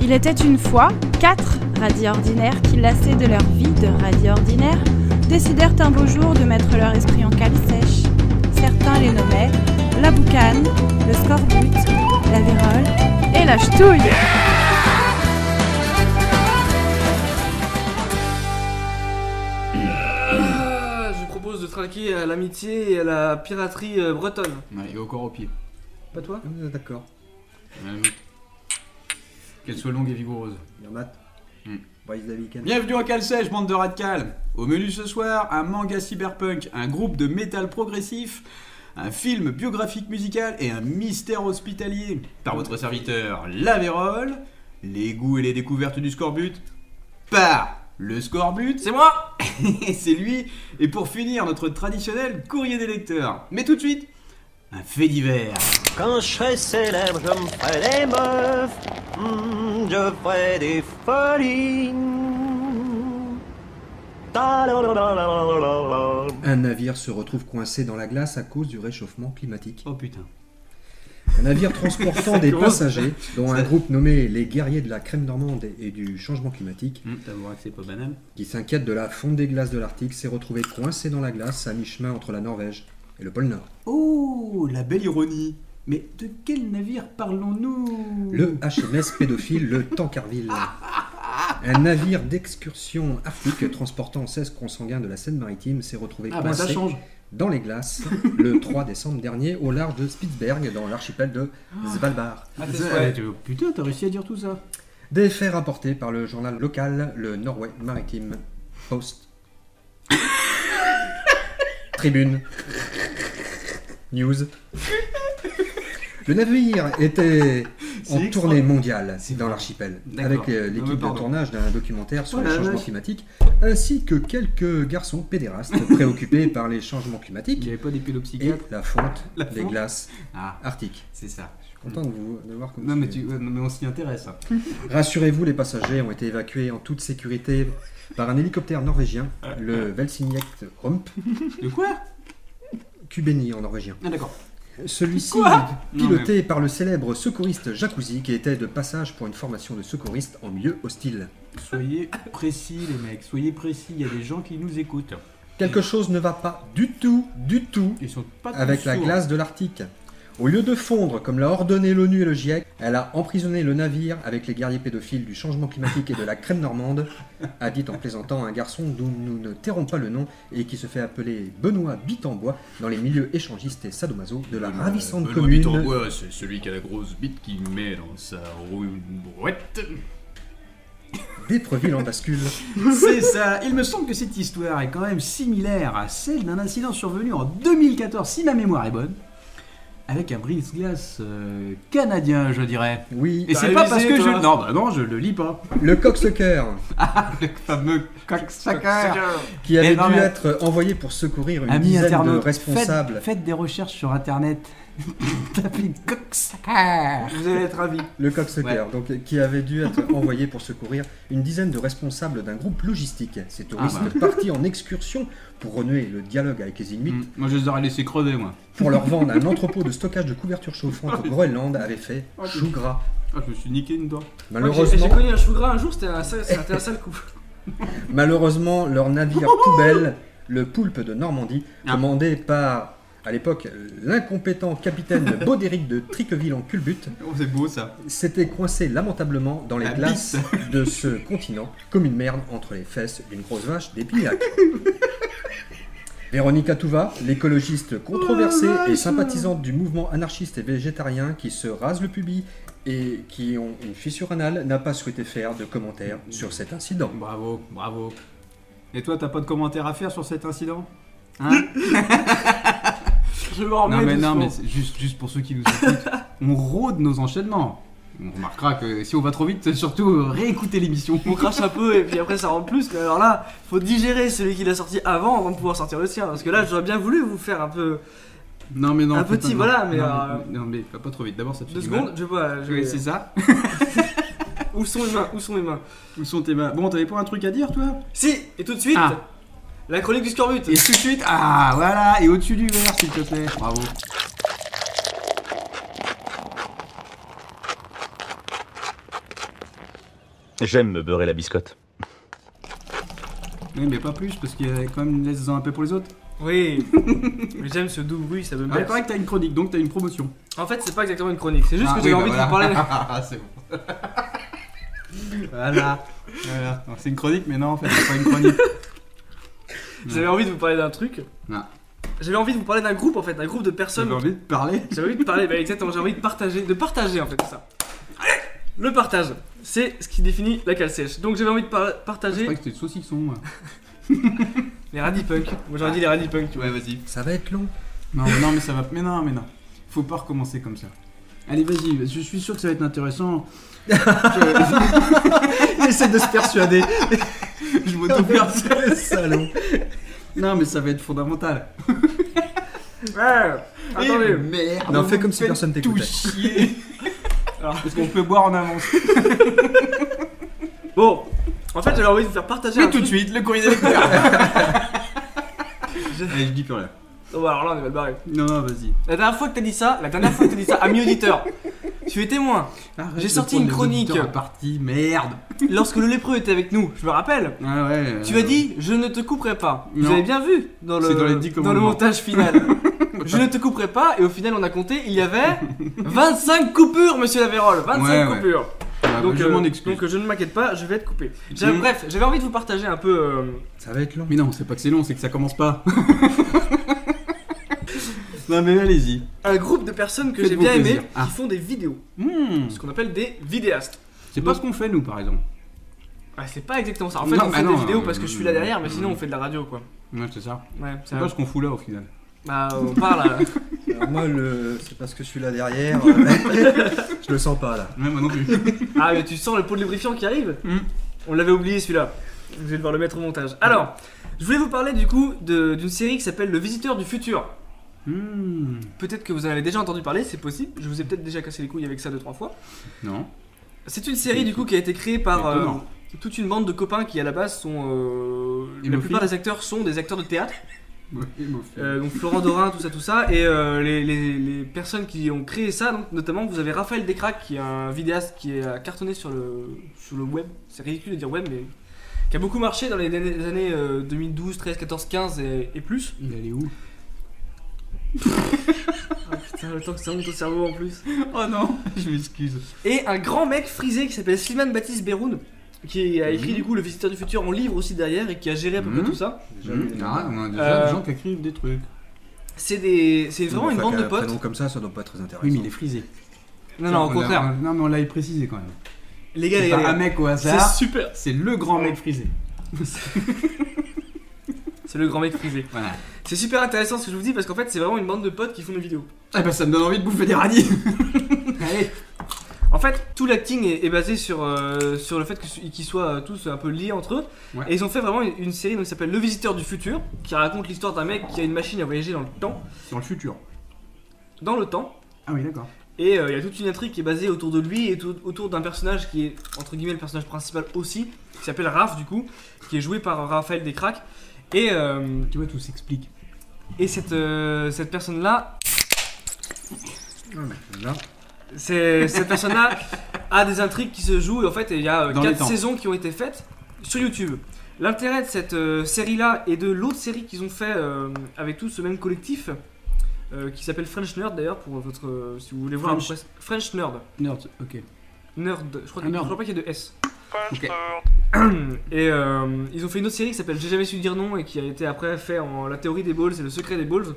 Il était une fois quatre radis ordinaires qui, lassés de leur vie de radis ordinaires, décidèrent un beau jour de mettre leur esprit en cale sèche. Certains les nommaient la boucane, le scorbut, la vérole et la ch'touille. Ah, je propose de traquer à l'amitié et à la piraterie euh, bretonne. Ouais, et au corps au pied. Pas toi D'accord. Ouais, oui. Qu'elle soit longue et vigoureuse. Yermat. Hmm. Bryce Davican. Bienvenue au Calsèche, bande de radicales Au menu ce soir, un manga cyberpunk, un groupe de métal progressif, un film biographique musical et un mystère hospitalier. Par votre serviteur, Lavérole, les goûts et les découvertes du scorbut, par le scorbut, C'est moi et c'est lui, et pour finir, notre traditionnel courrier des lecteurs. Mais tout de suite, un fait divers. Quand je serai célèbre, je me ferai des meufs, Hmm, je ferai des folies. Ta la la la la la la la. Un navire se retrouve coincé dans la glace à cause du réchauffement climatique. Oh putain. Un navire transportant des commence. passagers, dont un Ça- groupe nommé les guerriers de la crème normande et du changement climatique, Hmm, T'avoueras que c'est pas banal. qui s'inquiète de la fonte des glaces de l'Arctique, s'est retrouvé coincé dans la glace à mi-chemin entre la Norvège et le pôle Nord. Oh, la belle ironie. Mais de quel navire parlons-nous Le HMS pédophile, le Tankerville. Un navire d'excursion arctique transportant 16 consanguins de la Seine-Maritime s'est retrouvé Ah bah ça coincé change. dans les glaces le 3 décembre dernier au large de Spitsberg dans l'archipel de Svalbard. Ah, c'est ça, vrai. tu- Putain, t'as réussi à dire tout ça. Des faits rapportés par le journal local, le Norway Maritime Post. Tribune. News. Le navire était en extra- tournée mondiale C'est dans vrai. l'archipel, D'accord. avec euh, Non, mais l'équipe de pardon. tournage d'un documentaire sur Oh le la changement vache. climatique, ainsi que quelques garçons pédérastes préoccupés par les changements Il n'y climatiques avait pas des et pédopsychiatres. la fonte La des fonte. glaces Ah, arctiques. c'est ça. Content de vous de voir que vous Non mais, suivez. tu... ouais, non, mais on s'y intéresse. hein. Rassurez-vous, les passagers ont été évacués en toute sécurité par un hélicoptère norvégien, le Velsignet Rump, De quoi Kubeni en norvégien. Ah d'accord. Celui-ci, Quoi piloté par le célèbre secouriste Jacuzzi, qui était de passage pour une formation de secouriste en milieu hostile. Soyez précis les mecs, soyez précis, il y a des gens qui nous écoutent. Quelque chose ne va pas du tout, du tout Ils sont pas tous avec la sourds. glace de l'Arctique. Au lieu de fondre, comme l'a ordonné l'ONU et le GIEC, elle a emprisonné le navire avec les guerriers pédophiles du changement climatique et de la crème normande, a dit en plaisantant un garçon dont nous ne tairons pas le nom et qui se fait appeler Benoît Bitambois dans les milieux échangistes et sadomaso de la ravissante Benoît commune. Bittenbois, c'est celui qui a la grosse bite qui met dans sa rouette. D'Épreville en bascule. C'est ça. Il me semble que cette histoire est quand même similaire à celle d'un incident survenu en 2014, si ma mémoire est bonne, avec un brise-glace euh, canadien, je dirais. Oui, Et T'as c'est pas parce révisé, que je... toi Non, bah non, je le lis pas. le cocksucker, Le fameux cocksucker. qui avait Mais non, dû mais- être envoyé pour secourir une Amis dizaine de internautes, responsables. faites, faites des recherches sur internet. Tapez cocksucker. Vous allez être ravis. Le cocksucker, donc, qui avait dû être envoyé pour secourir une dizaine de responsables d'un groupe logistique. Ces touristes Ah partis en excursion pour renouer le dialogue avec les Inuits, Hmm, Moi, je les aurais laissés crever, moi. pour leur vendre un entrepôt de stockage de couverture chauffante au Groenland, avait fait chou gras. Ah, je me suis niqué une dent. Moi, J'ai j'ai Malheureusement, connu un chou gras un jour, c'était un, sale- c'était un sale coup. malheureusement, leur navire poubelle, le Poulpe de Normandie, Oh Ah. commandé par, à l'époque, l'incompétent capitaine Baudéric de Triqueville en culbute, Oh, c'est beau, ça. s'était coincé lamentablement dans les La glaces de ce continent, comme une merde entre les fesses d'une grosse vache d'Épignac. Véronica Touva, l'écologiste Oh controversée et sympathisante du mouvement anarchiste et végétarien qui se rase le pubis et qui ont une fissure anale, n'a pas souhaité faire de commentaires sur cet incident. Bravo, bravo. Et toi, t'as pas de commentaire à faire sur cet incident Hein Je m'en remets Non mais non doucement. mais c'est juste juste pour ceux qui nous écoutent, on rôde nos enchaînements. On remarquera que si on va trop vite, surtout euh, réécoutez l'émission. On crache un peu et puis après ça rentre plus. mais Alors là, faut digérer celui qui l'a sorti avant avant de pouvoir sortir le sien. Parce que là, j'aurais bien voulu vous faire un peu Non mais non. Un faut petit, non, voilà, mais, non, euh, non, mais pas, pas trop vite. D'abord ça te fait deux du secondes. mal. Je vois, je Oui, vais- c'est ça. où sont mes mains Où sont mes mains Où sont tes mains Bon, t'avais pas un truc à dire toi Si Et tout de suite, Ah. La chronique du scorbut. Et tout de suite, ah voilà, et au-dessus du verre s'il te plaît, bravo. J'aime me beurrer la biscotte. Oui mais pas plus parce qu'il y a quand même laisse-en un peu pour les autres. Oui. Mais j'aime ce doux bruit, ça me Ah, il berce. paraît que t'as une chronique donc t'as une promotion. En fait, c'est pas exactement une chronique, c'est juste Ah, que j'avais oui, envie bah de vous voilà. parler. Ah, c'est bon. voilà. voilà. Non, C'est une chronique mais non en fait c'est pas une chronique. J'avais envie de vous parler d'un truc. Non. J'avais envie de vous parler d'un groupe en fait, d'un groupe de personnes J'avais envie de parler. J'avais envie de parler, bah exactement, j'ai envie de partager, de partager en fait c'est ça. Le partage, c'est ce qui définit la cale sèche. Donc j'avais envie de par- Je partager croyais que c'était le saucisson moi. les radis punk. Moi j'aurais dit les radis punk, tu vois. vas-y. Ça va être long. Non mais non mais ça va. Mais non mais non. Faut pas recommencer comme ça. Allez vas-y, je suis sûr que ça va être intéressant. Je, Il essaie de se persuader. je m'auto-perce. Salaud. Non mais ça va être fondamental. Ouais, Eh, attendez. merde. Non, vous fais me comme si faites personne Tout t'écoutait. chier. Alors. Est-ce qu'on peut boire en avance Bon, en fait j'avais envie de vous faire partager. un Mais tout de truc. suite, le courrier des lecteurs. Allez, je dis plus rien. Oh, bah, alors là on est mal barré. Non, non, vas-y. La dernière fois que t'as dit ça, la dernière fois que t'as dit ça, ami auditeur, tu es témoin. Arrête J'ai de sorti prendre une les chronique. auditeurs à partie, merde. Lorsque le lépreux était avec nous, je me rappelle, Ouais, Ah ouais. euh, tu as dit je ne te couperai pas. Vous Non. avez bien vu dans le, C'est dans les dix le commandements. montage final. je ne te couperai pas et au final on a compté, il y avait 25 coupures monsieur Laverol, 25 Ouais, ouais. coupures. donc, ah, bah, je euh, m'en excuse. donc, je ne m'inquiète pas, je vais être coupé. J'ai- Mhm. Bref, j'avais envie de vous partager un peu euh, Ça va être long. Mais non, c'est pas que c'est long, c'est que ça commence pas. non, mais allez-y. un groupe de personnes que j'ai Faites-vous bien aimé plaisir. Ah. qui font des vidéos, Hmm, ce qu'on appelle des vidéastes. C'est pas ce qu'on fait, nous, par exemple. Ah, c'est pas exactement ça. En fait, Non, on bah fait non, des vidéos euh, parce que je suis là derrière, mais sinon euh, on fait de la radio quoi. Ah Ouais, c'est ça. Ouais, C'est ça. pas ce qu'on fout là, au final. Bah, on parle. euh, Alors moi, le... c'est parce que je suis là derrière. je le sens pas là. Ouais, moi non plus. Ah, mais tu sens le pot de lubrifiant qui arrive Hmm. On l'avait oublié celui-là. Vous allez devoir le mettre au montage. Alors, je voulais vous parler du coup de- d'une série qui s'appelle Le Visiteur du Futur. Hmm, Peut-être que vous en avez déjà entendu parler, c'est possible. Je vous ai peut-être déjà cassé les couilles avec ça deux trois fois. Non. C'est une série du coup qui a été créée par euh, Étonnant. toute une bande de copains qui à la base sont. euh, la Hémophiles. plupart des acteurs sont des acteurs de théâtre. Hémophile. Euh, donc Florent Dorin, tout ça, tout ça. Et euh, les, les- les personnes qui ont créé ça, donc, notamment, vous avez Raphaël Descraques, qui est un vidéaste qui est euh, cartonné sur le, sur le web. C'est ridicule de dire web, mais qui a beaucoup marché dans les dernières années euh, 2012, 13, 14, 15 et, et plus. Il allait où Ah, putain, le temps que ça monte au cerveau en plus. Oh non, je m'excuse. Et un grand mec frisé qui s'appelle Slimane Baptiste Beroun, qui a écrit Mhm. du coup Le Visiteur du Futur en livre aussi derrière et qui a géré à peu près Mhm. tout ça. Déjà, Hmm, les- ah, on a déjà Euh, des gens qui écrivent des trucs. C'est des, c'est vraiment Enfin, une bande de qu'un potes. prénom comme ça, ça doit pas être très intéressant. Oui, mais il est frisé. Non, non, au On l'a- contraire. Non, mais on l'avait précisé quand même. Les gars, les C'est gars, les pas un gars. mec au c'est hasard, super. c'est le grand mec frisé. C'est le grand mec frisé. Voilà. C'est super intéressant ce que je vous dis parce qu'en fait c'est vraiment une bande de potes qui font des vidéos. Eh ben ça me donne envie de bouffer des radis. Allez. En fait tout l'acting est, est basé sur, euh, sur le fait que- qu'ils soient euh, tous un peu liés entre eux. Ouais. Et ils ont fait vraiment une, une série donc, qui s'appelle Le Visiteur du Futur qui raconte l'histoire d'un mec qui a une machine à voyager dans le temps. Dans le futur. Dans le temps. Ah oui, d'accord. Et euh, il y a toute une intrigue qui est basée autour de lui et tout- autour d'un personnage qui est entre guillemets le personnage principal aussi qui s'appelle Raph du coup qui est joué par Raphaël Descraques. Et, euh, Tu vois, tout s'explique. et cette, euh, cette personne là Ah, Là, C'est, cette personne-là a des intrigues qui se jouent et en fait il y a euh, Dans les quatre temps. saisons qui ont été faites sur YouTube. L'intérêt de cette euh, série-là et de l'autre série qu'ils ont fait euh, avec tout ce même collectif euh, qui s'appelle French Nerd d'ailleurs pour votre euh, si vous voulez voir French. un peu- French Nerd Nerd, ok. Nerd je crois, que- Ah, nerd. je crois pas qu'il y a de S. Ok. Et euh, ils ont fait une autre série qui s'appelle J'ai jamais su dire non et qui a été après fait en La théorie des balls et le secret des balls. Mmh.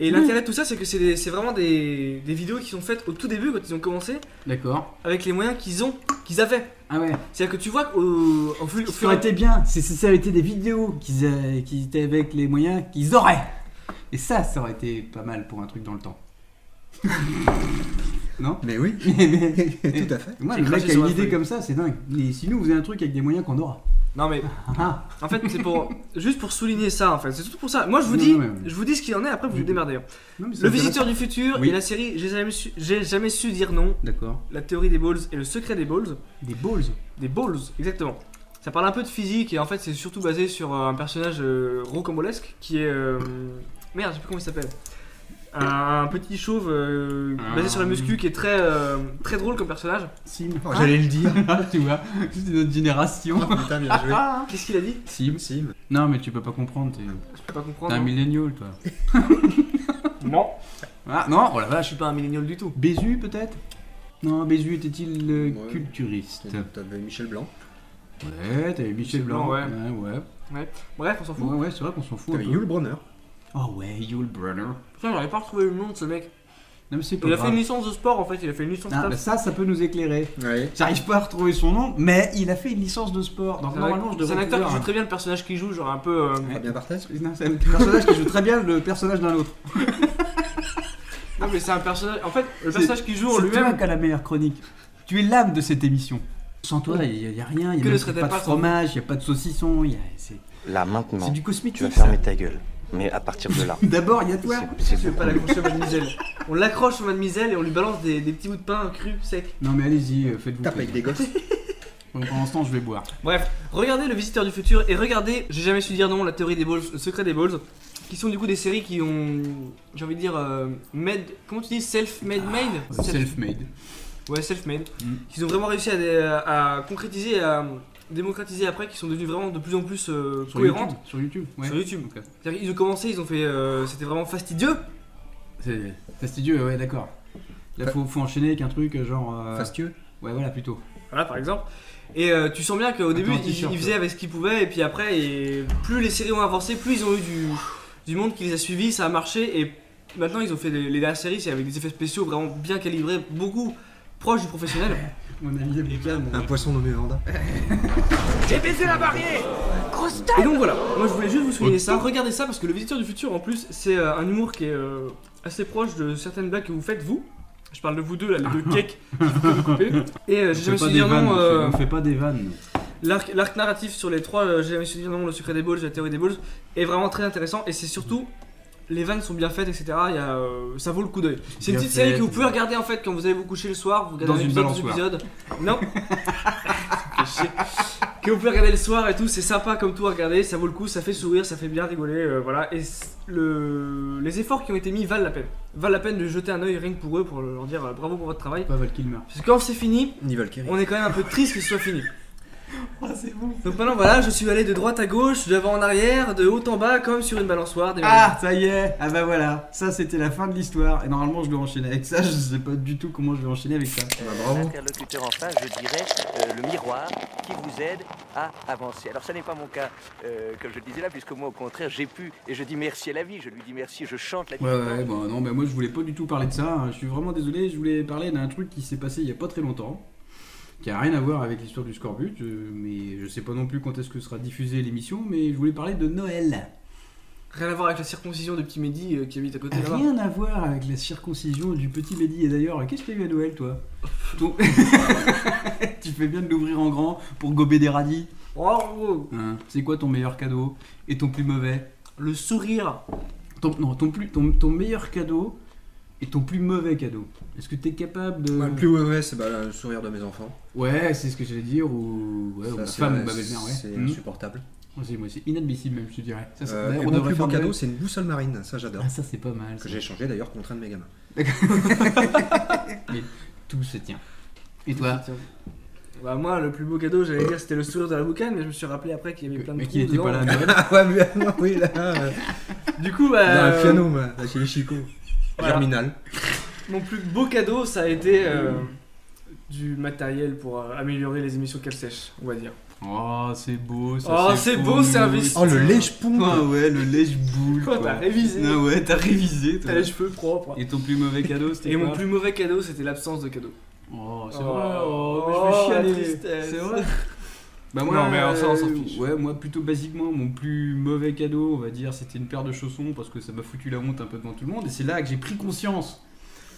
Et l'intérêt de tout ça, c'est que c'est, des- c'est vraiment des, des vidéos qui sont faites au tout début quand ils ont commencé D'accord. avec les moyens qu'ils ont, qu'ils avaient. Ah ouais. C'est-à-dire que tu vois qu'au au fur- au Ça fur aurait et été bien si ça avait été des vidéos qu'ils euh, qui étaient avec les moyens qu'ils auraient. Et ça, ça aurait été pas mal pour un truc dans le temps. non mais oui, Moi, tout à fait. J'ai craché le mec a sur une la idée feuille. comme ça, c'est dingue. Et si nous, on faisait un truc avec des moyens qu'on aura. Non mais Ah, ah. en fait c'est pour juste pour souligner ça en fait. C'est tout pour ça. Moi je vous Non, dis, non, mais- je vous dis ce qu'il en est. Après vous vous Oui. démerdez. hein. Non, mais c'est Le intéressant. visiteur du futur Oui. et la série J'ai jamais su, j'ai jamais su dire non. D'accord. La théorie des balls et le secret des balls. Des balls. Des balls exactement. Ça Ça parle un peu de physique et en fait c'est surtout basé sur euh, un personnage euh, rocambolesque qui est. euh, merde, je sais plus comment il s'appelle. Un, un petit chauve euh, basé sur la muscu qui est très, euh, très drôle comme personnage. Sim. Ah. Oh, J'allais le dire. tu vois, c'est notre génération. Oh, putain, bien joué. Qu'est-ce qu'il a dit Sim. Sim. Non, mais tu peux pas comprendre, t'es Je peux pas t'es comprendre. un millénial, toi. Non. Ah non, oh la Là, je vache. suis pas un millénial du tout. Bézu, peut-être Non, Bézu était-il euh, Ouais. culturiste T'avais Michel Blanc. Ouais, t'avais Michel Michel Blanc. Blanc, ouais. ouais. Ouais, Bref, on s'en fout. ouais, c'est vrai qu'on s'en fout. un T'avais peu. Yul Bronner. Oh ouais, Yul Brunner. Non, Putain, j'aurais pas retrouvé le nom de ce mec. mais c'est pas Il a fait grave. une licence de sport en fait, il a fait une licence Ah, taf. bah ça, ça peut nous éclairer. Ouais. J'arrive pas à retrouver son nom, mais il a fait une licence de sport. Donc C'est un normalement, je acteur- C'est un devrais hein. acteur qui joue pouvoir- très bien le personnage qu'il joue, genre un peu. euh, Fabien Barthez. Non, C'est un personnage qui joue très bien le personnage d'un autre. Non mais c'est un personnage. En fait, le Ah, C'est- personnage qu'il joue en C'est toi lui-même. qui as la meilleure chronique. Tu es l'âme de cette émission. Sans toi, il n'y a, rien. Il Que n'y a ne même serait-elle pas de pas sans fromage, il n'y a pas de saucisson. il y a- C'est Là, c'est maintenant, du tu vas cosmétique. ça. fermer ta gueule. Mais à partir de là, D'abord, il y a toi. c'est- c'est Je vais beaucoup pas mieux. l'accrocher au mademoiselle. On l'accroche sur mademoiselle et on lui balance des, des petits bouts de pain crus, secs. Non, mais allez-y, euh, faites-vous Tape avec plaisir. des gosses. Bon, Pour l'instant, je vais boire. Bref, regardez Le Visiteur du Futur et regardez, j'ai jamais su dire non, La Théorie des Balls, Le Secret des Balls, qui sont du coup des séries qui ont, j'ai envie de dire, euh, made, comment tu dis, self-made made Ah, Self-made. Ouais, self-made. Mm. Qu'ils ont vraiment réussi à, dé- à concrétiser et à démocratiser après, qui sont devenus vraiment de plus en plus euh, Sur cohérentes. YouTube. Sur YouTube. ouais. euh, Sur YouTube. Ok. C'est-à-dire qu'ils ont commencé, ils ont fait, euh, c'était vraiment fastidieux. C'est fastidieux, ouais, d'accord. Là, Fa- faut, faut enchaîner avec un truc euh, genre. euh, Fastieux. Ouais, voilà, plutôt. Voilà, par exemple. Et euh, tu sens bien qu'au début, Attends, ils, t-shirt, ils faisaient avec ce qu'ils pouvaient, et puis après, et plus les séries ont avancé, plus ils ont eu du, du monde qui les a suivis, ça a marché, et maintenant ils ont fait les, les dernières séries, c'est avec des effets spéciaux vraiment bien calibrés, beaucoup proches du professionnel. Mon ami Abdelkam. Un poisson nommé Vanda. Et donc voilà, moi je voulais juste vous souligner ça, regardez ça, parce que le Visiteur du Futur, en plus, c'est euh, un humour qui est euh, assez proche de certaines blagues que vous faites, vous. Je parle de vous deux, là, les deux cakes qui vous coupez. Et euh, j'ai jamais su des dire vannes. non... on fait- euh, On fait pas des vannes. L'arc, l'arc narratif sur les trois, euh, j'ai jamais su dire non, le secret des balls, la théorie des balls, est vraiment très intéressant et c'est surtout les vannes sont bien faites, etc. Il y a, euh, ça vaut le coup d'œil. C'est une Bien petite série faites. que vous pouvez regarder en fait quand vous allez vous coucher le soir, vous regardez Dans un une épisode, deux balançoire. épisodes. Non. Fait chier. que vous pouvez regarder le soir et tout, c'est sympa comme tout à regarder, ça vaut le coup, ça fait sourire, ça fait bien rigoler, euh, voilà. Et c- le, les efforts qui ont été mis valent la peine. Valent la peine de jeter un œil rien que pour eux, pour leur dire euh, bravo pour votre travail. Pas Val Kilmer. Parce que quand c'est fini, Nivel Kerry. on est quand même un peu triste que ce soit fini. Ah, c'est bon. Donc maintenant voilà, je suis allé de droite à gauche, d'avant en arrière, de haut en bas, comme sur une balançoire. des Ah, ça y est. Ah bah voilà. Ça, c'était la fin de l'histoire. Et normalement, je dois enchaîner avec ça. Je sais pas du tout comment je vais enchaîner avec ça. Bah, bravo. L'interlocuteur en face, je dirais euh, le miroir qui vous aide à avancer. Alors, ça n'est pas mon cas, euh, comme je le disais là, puisque moi, au contraire, j'ai pu, et je dis merci à la vie, je lui dis merci, je chante la vie. Ouais, ouais, bah non, bah moi je voulais pas du tout parler de ça. hein. Je suis vraiment désolé, je voulais parler d'un truc qui s'est passé il y a pas très longtemps, qui a rien à voir avec l'histoire du scorbut, euh, mais je sais pas non plus quand est-ce que sera diffusée l'émission, mais je voulais parler de Noël. Rien à voir avec la circoncision de petit Mehdi euh, qui habite à côté là-bas. Rien à voir avec la circoncision du petit Mehdi. Et d'ailleurs, qu'est-ce que t'as eu à Noël, toi Ton- Tu fais bien de l'ouvrir en grand pour gober des radis. Oh, oh. Hein, C'est quoi ton meilleur cadeau et ton plus mauvais le sourire. ton, Non, ton, plus, ton, ton meilleur cadeau et ton plus mauvais cadeau. Est-ce que t'es capable de... Bah, le plus mauvais, c'est bah, le sourire de mes enfants. Ouais, c'est ce que j'allais dire, ou, ouais, Ça, ou ma c'est- femme, ou ma belle-mère, ouais. C'est Mhm. insupportable. Moi, c'est- moi, c'est inadmissible même, je te dirais. Ça, ça- Euh, d'ailleurs, et mon plus faire beau cadeau, Noël. c'est une boussole marine. Ça, j'adore. Ah, ça, c'est pas mal. Que ça. j'ai échangé d'ailleurs contre un de mes gamins. Tout se tient. Et toi Putain. Bah moi, le plus beau cadeau, j'allais dire, c'était le sourire de la boucane, mais je me suis rappelé après qu'il y avait plein de Mais trous qui n'était dedans. pas là à Noël Ah ouais, mais non, oui, là. Ah, euh, Du coup, dans bah, Euh, un piano, bah, là, chez les Chico. Voilà. Germinal. mon plus beau cadeau, ça a été euh, du matériel pour euh, améliorer les émissions qu'elle sèche, on va dire. Oh, c'est beau, ça Oh, c'est beau, cool. service. Oh, le lèche-pompe. Ah ouais, le lèche-boule, Quoi, t'as révisé Ah ouais, t'as révisé, toi. T'as les cheveux propres. Et ton plus mauvais cadeau, c'était Et quoi mon plus mauvais cadeau, c'était l'absence de cadeau. Oh, c'est Oh, vrai. Oh, oh, la mais je vais chialer. tristesse. C'est vrai. Bah Non, mais ça, on s'en fiche. euh, Ouais, moi plutôt basiquement, mon plus mauvais cadeau, on va dire, c'était une paire de chaussons parce que ça m'a foutu la honte un peu devant tout le monde. Et c'est là que j'ai pris conscience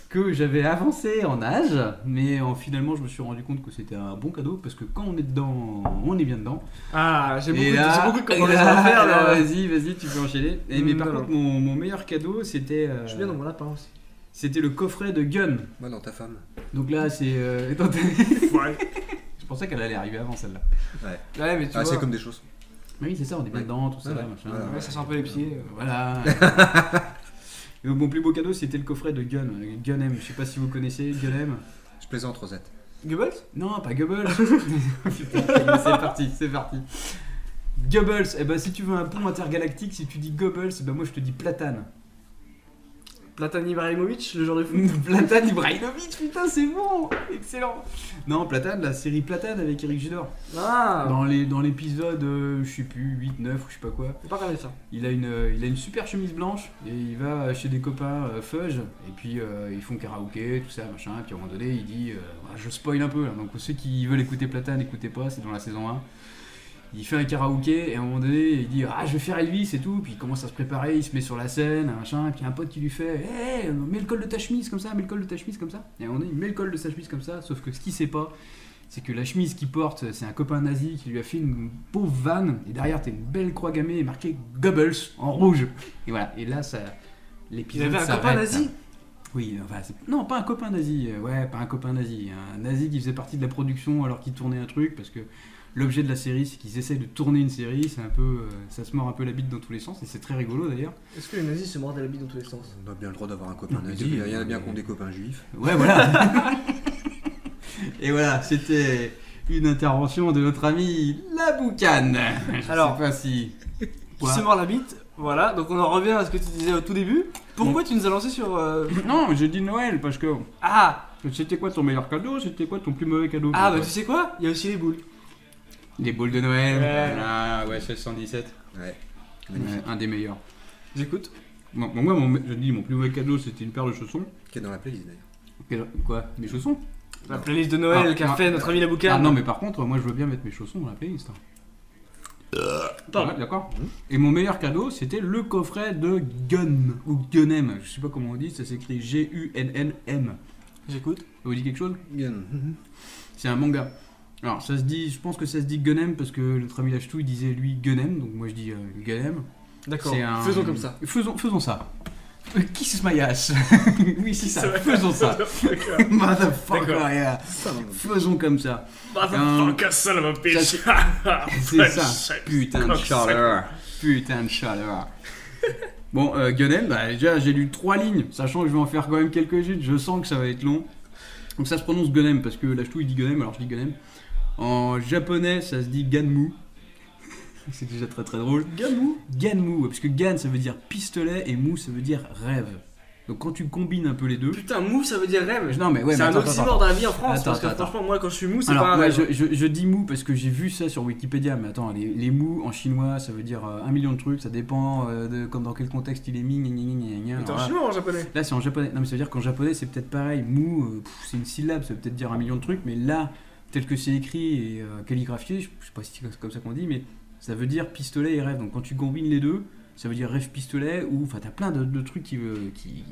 que j'avais avancé en âge, mais en, finalement je me suis rendu compte que c'était un bon cadeau parce que quand on est dedans, on est bien dedans. Ah, j'ai beaucoup, Et de- là- j'ai beaucoup de et comparaisons là- euh, à faire là. alors, Vas-y, vas-y, tu peux enchaîner. Et, mais par Non. contre, mon, mon meilleur cadeau, c'était euh, Je suis bien dans mon lapin aussi. c'était le coffret de Gun. Moi, dans ta femme. Donc là, c'est. euh, attends, Ouais. Je pense pensais qu'elle allait arriver avant celle-là. Ouais, mais tu Ah, vois. c'est comme des choses. Mais oui, c'est ça, on est bien Ouais. dedans, tout ça, Voilà. machin. Voilà. Ouais, ça sent un peu les pieds. euh. Voilà. Et mon plus beau cadeau, c'était le coffret de Gun. euh, Gun M, je sais pas si vous connaissez Gun M. Je plaisante, Rosette. Goebbels Non, pas Goebbels. Putain, ça y est, c'est parti, c'est parti. Goebbels, eh ben si tu veux un pont intergalactique, si tu dis Goebbels, eh ben moi je te dis Platane. Platan Ibrahimovic, le genre de foot. Platane Ibrahimovic, putain, c'est bon, excellent. Non, Platane, la série Platane avec Eric Judor. Ah Dans les dans l'épisode, euh, je sais plus 8, 9 ou je sais pas quoi. Faut pas regarder ça. Il a une euh, il a une super chemise blanche et il va chez des copains euh, fudge et puis euh, ils font karaoké, tout ça, machin. Et puis à un moment donné, il dit, euh, bah, je spoil un peu. Là, donc ceux qui veulent écouter Platane, n'écoutez pas, c'est dans la saison 1. Il fait un karaoké et à un moment donné, il dit ah je vais faire Elvis et tout. Puis il commence à se préparer, il se met sur la scène, machin. Et puis il y a un pote qui lui fait, hé, mets le col de ta chemise comme ça, mets le col de ta chemise comme ça. Et à un moment donné, il met le col de sa chemise comme ça. Sauf que ce qu'il sait pas, c'est que la chemise qu'il porte, c'est un copain nazi qui lui a fait une pauvre vanne, et derrière t'as une belle croix gammée marquée Goebbels en rouge. Et voilà, et là, ça. Il L'épisode. avait un copain s'arrête. nazi Oui, euh, enfin, c'est- non, pas un copain nazi, euh, ouais, pas un copain nazi. Un nazi qui faisait partie de la production alors qu'il tournait un truc, parce que l'objet de la série, c'est qu'ils essaient de tourner une série, c'est un peu. euh, ça se mord un peu la bite dans tous les sens, et c'est très rigolo d'ailleurs. Est-ce que les nazis se mordaient la bite dans tous les sens On a bien le droit d'avoir un copain Non, Ah, mais nazi. depuis- Il y en a bien qui ont des copains juifs. Ouais, voilà. Et voilà, c'était une intervention de notre ami La Boucane. Je Alors. sais pas si. qui se mord la bite. Voilà, donc on en revient à ce que tu disais au tout début. Mm. Pourquoi tu nous as lancé sur. euh, Non, j'ai dit Noël parce que Ah c'était quoi ton meilleur cadeau, c'était quoi ton plus mauvais cadeau Ah, bah tu sais quoi Il y a aussi les boules. Les boules de Noël. Ouais. Ah ouais, 1617. Ouais. Magnifique. Ouais, un des meilleurs. J'écoute. Bon, bon, moi, mon, je dis mon plus mauvais cadeau, c'était une paire de chaussons. Qui est dans la playlist d'ailleurs. Quel- Quoi Mes chaussons La playlist de Noël Ah, qu'a ah, fait notre ami la Ah boucane. non, mais par contre, moi, je veux bien mettre mes chaussons dans la playlist. hein. Pardon. Ouais, D'accord. Et mon meilleur cadeau, c'était le coffret de Gun ou Gunem. Je sais pas comment on dit, ça s'écrit G-U-N-N-M. J'écoute. Ça vous dit quelque chose Bien. Mhm. C'est un manga. Alors, ça se dit, je pense que ça se dit Gunem parce que notre ami Lachtou, il disait lui Gunem, donc moi je dis euh, Gunem. D'accord. C'est un- Faisons comme ça. Faisons, faisons ça. Euh, Kiss my ass. oui, c'est ça. Faisons ça. Motherfucker, yeah. Faisons comme ça. Euh, Motherfucker, son of a bitch. C'est Ben, ça. Putain de chaleur. Putain de chaleur. Bon, euh, Gunnel, bah, déjà j'ai lu trois lignes, sachant que je vais en faire quand même quelques-unes, je sens que ça va être long. Donc ça se prononce Gunem parce que l'achtou il dit Gunem, alors je dis Gunem. En japonais ça se dit Ganmu. C'est déjà très très drôle. Ganmu Ganmu, ouais, parce que Gan ça veut dire pistolet et Mu ça veut dire rêve. Donc quand tu combines un peu les deux. Putain, mou ça veut dire rêve. Non mais ouais, c'est mais un attends, oxymore attends, dans la vie en France. Attends, parce que attends, attends. franchement, moi quand je suis mou, c'est alors, pas un ouais, rêve. je, je- je dis mou parce que j'ai vu ça sur Wikipédia, mais attends, les, les mous en chinois, ça veut dire euh, un million de trucs, ça dépend euh, de comme dans quel contexte il est mis, gna gna gna gna gna. Mais T'es en Alors là, chinois ou en japonais Là, c'est en japonais. Non, mais ça veut dire qu'en japonais, c'est peut-être pareil. Mou, euh, pff, c'est une syllabe, ça veut peut-être dire un million de trucs, mais là, tel que c'est écrit et euh, calligraphié, je je sais pas si c'est comme ça qu'on dit, mais ça veut dire pistolet et rêve. Donc quand tu combines les deux, ça veut dire rêve pistolet ou. Enfin, t'as plein de, de trucs qui, euh, qui,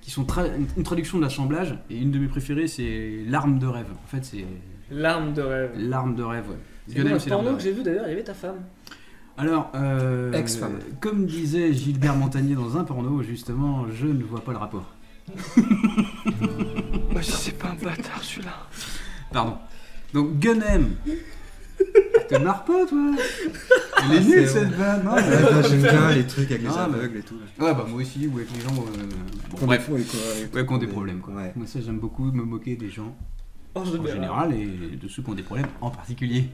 qui sont tra- une traduction de l'assemblage, et une de mes préférées, c'est l'arme de rêve. En fait, c'est L'arme de rêve. l'arme de rêve, ouais. C'est Gunem, dans c'est le l'arme de porno que rêve. j'ai vu d'ailleurs, il y avait ta femme. Alors, euh, Ex-femme. comme disait Gilbert Montagnier dans un porno, justement, je ne vois pas le rapport. Bah, c'est pas un bâtard celui-là. Pardon. Donc Gunem. T'es marre pas toi Elle est Ah, nulle c'est cette vanne, non Ouais, moi, J'aime bien les trucs avec les Ah, aveugles et tout. Ouais bah moi aussi ou avec les gens. euh, bon, Qu'on bref. des- ouais, quoi, Ouais, qui ont des problèmes quoi. Ouais. Moi ça j'aime beaucoup me moquer des gens Oh, En en général et de ceux qui ont des problèmes en particulier.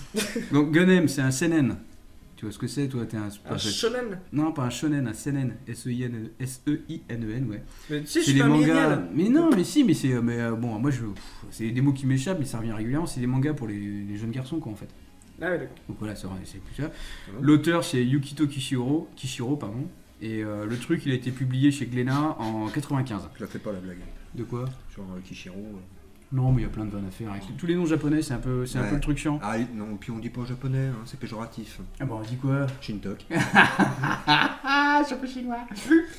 Donc Gunem c'est un CNN. Tu vois ce que Ah, c'est toi T'es un. Un shonen. Non pas un shonen, un E CNN. S-E-I-N-E-N, E S-E-I-N-E-N, ouais. Mais tu sais, je C'est suis les pas mangas. millénial. Mais non, mais si, mais c'est. euh, Mais euh, bon, moi je. pff, C'est des mots qui m'échappent, mais ça revient régulièrement. C'est des mangas pour les, les jeunes garçons, quoi, en fait. Ah ouais, d'accord. Donc voilà, c'est vrai, c'est plus ça. L'auteur, c'est Yukito Kishiro, Kishiro pardon. Et euh, le truc, il a été publié chez Glénat en 95. Je la fais pas la blague. De quoi Genre euh, Kishiro. euh. Non, mais il y a plein de vannes à faire. Oh. Avec tous les noms japonais, c'est un peu, c'est un Ouais. peu le truc chiant. Ah et- non, puis on dit pas au japonais, hein, c'est péjoratif. Ah bon, on dit quoi Shintok. Ah, je suis chinois.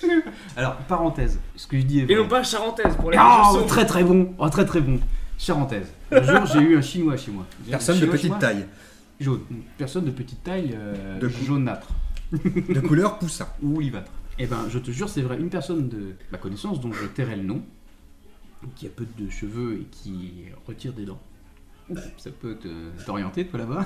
Alors, parenthèse, ce que je dis est Et vrai. non pas charentaise pour les Ah, chansons. très très bon, oh, très très bon. Charentaise. Un jour, j'ai eu un chinois chez moi. J'ai eu un Personne de Chinois petite chez moi. taille. Jaune. Personne de petite taille, euh, De cou- jaunâtre. De couleur poussin. ou olivâtre. Eh ben, je te jure, c'est vrai, une personne de ma connaissance dont je tairai le nom, qui a peu de cheveux et qui retire des dents, ça peut te- t'orienter, toi là-bas,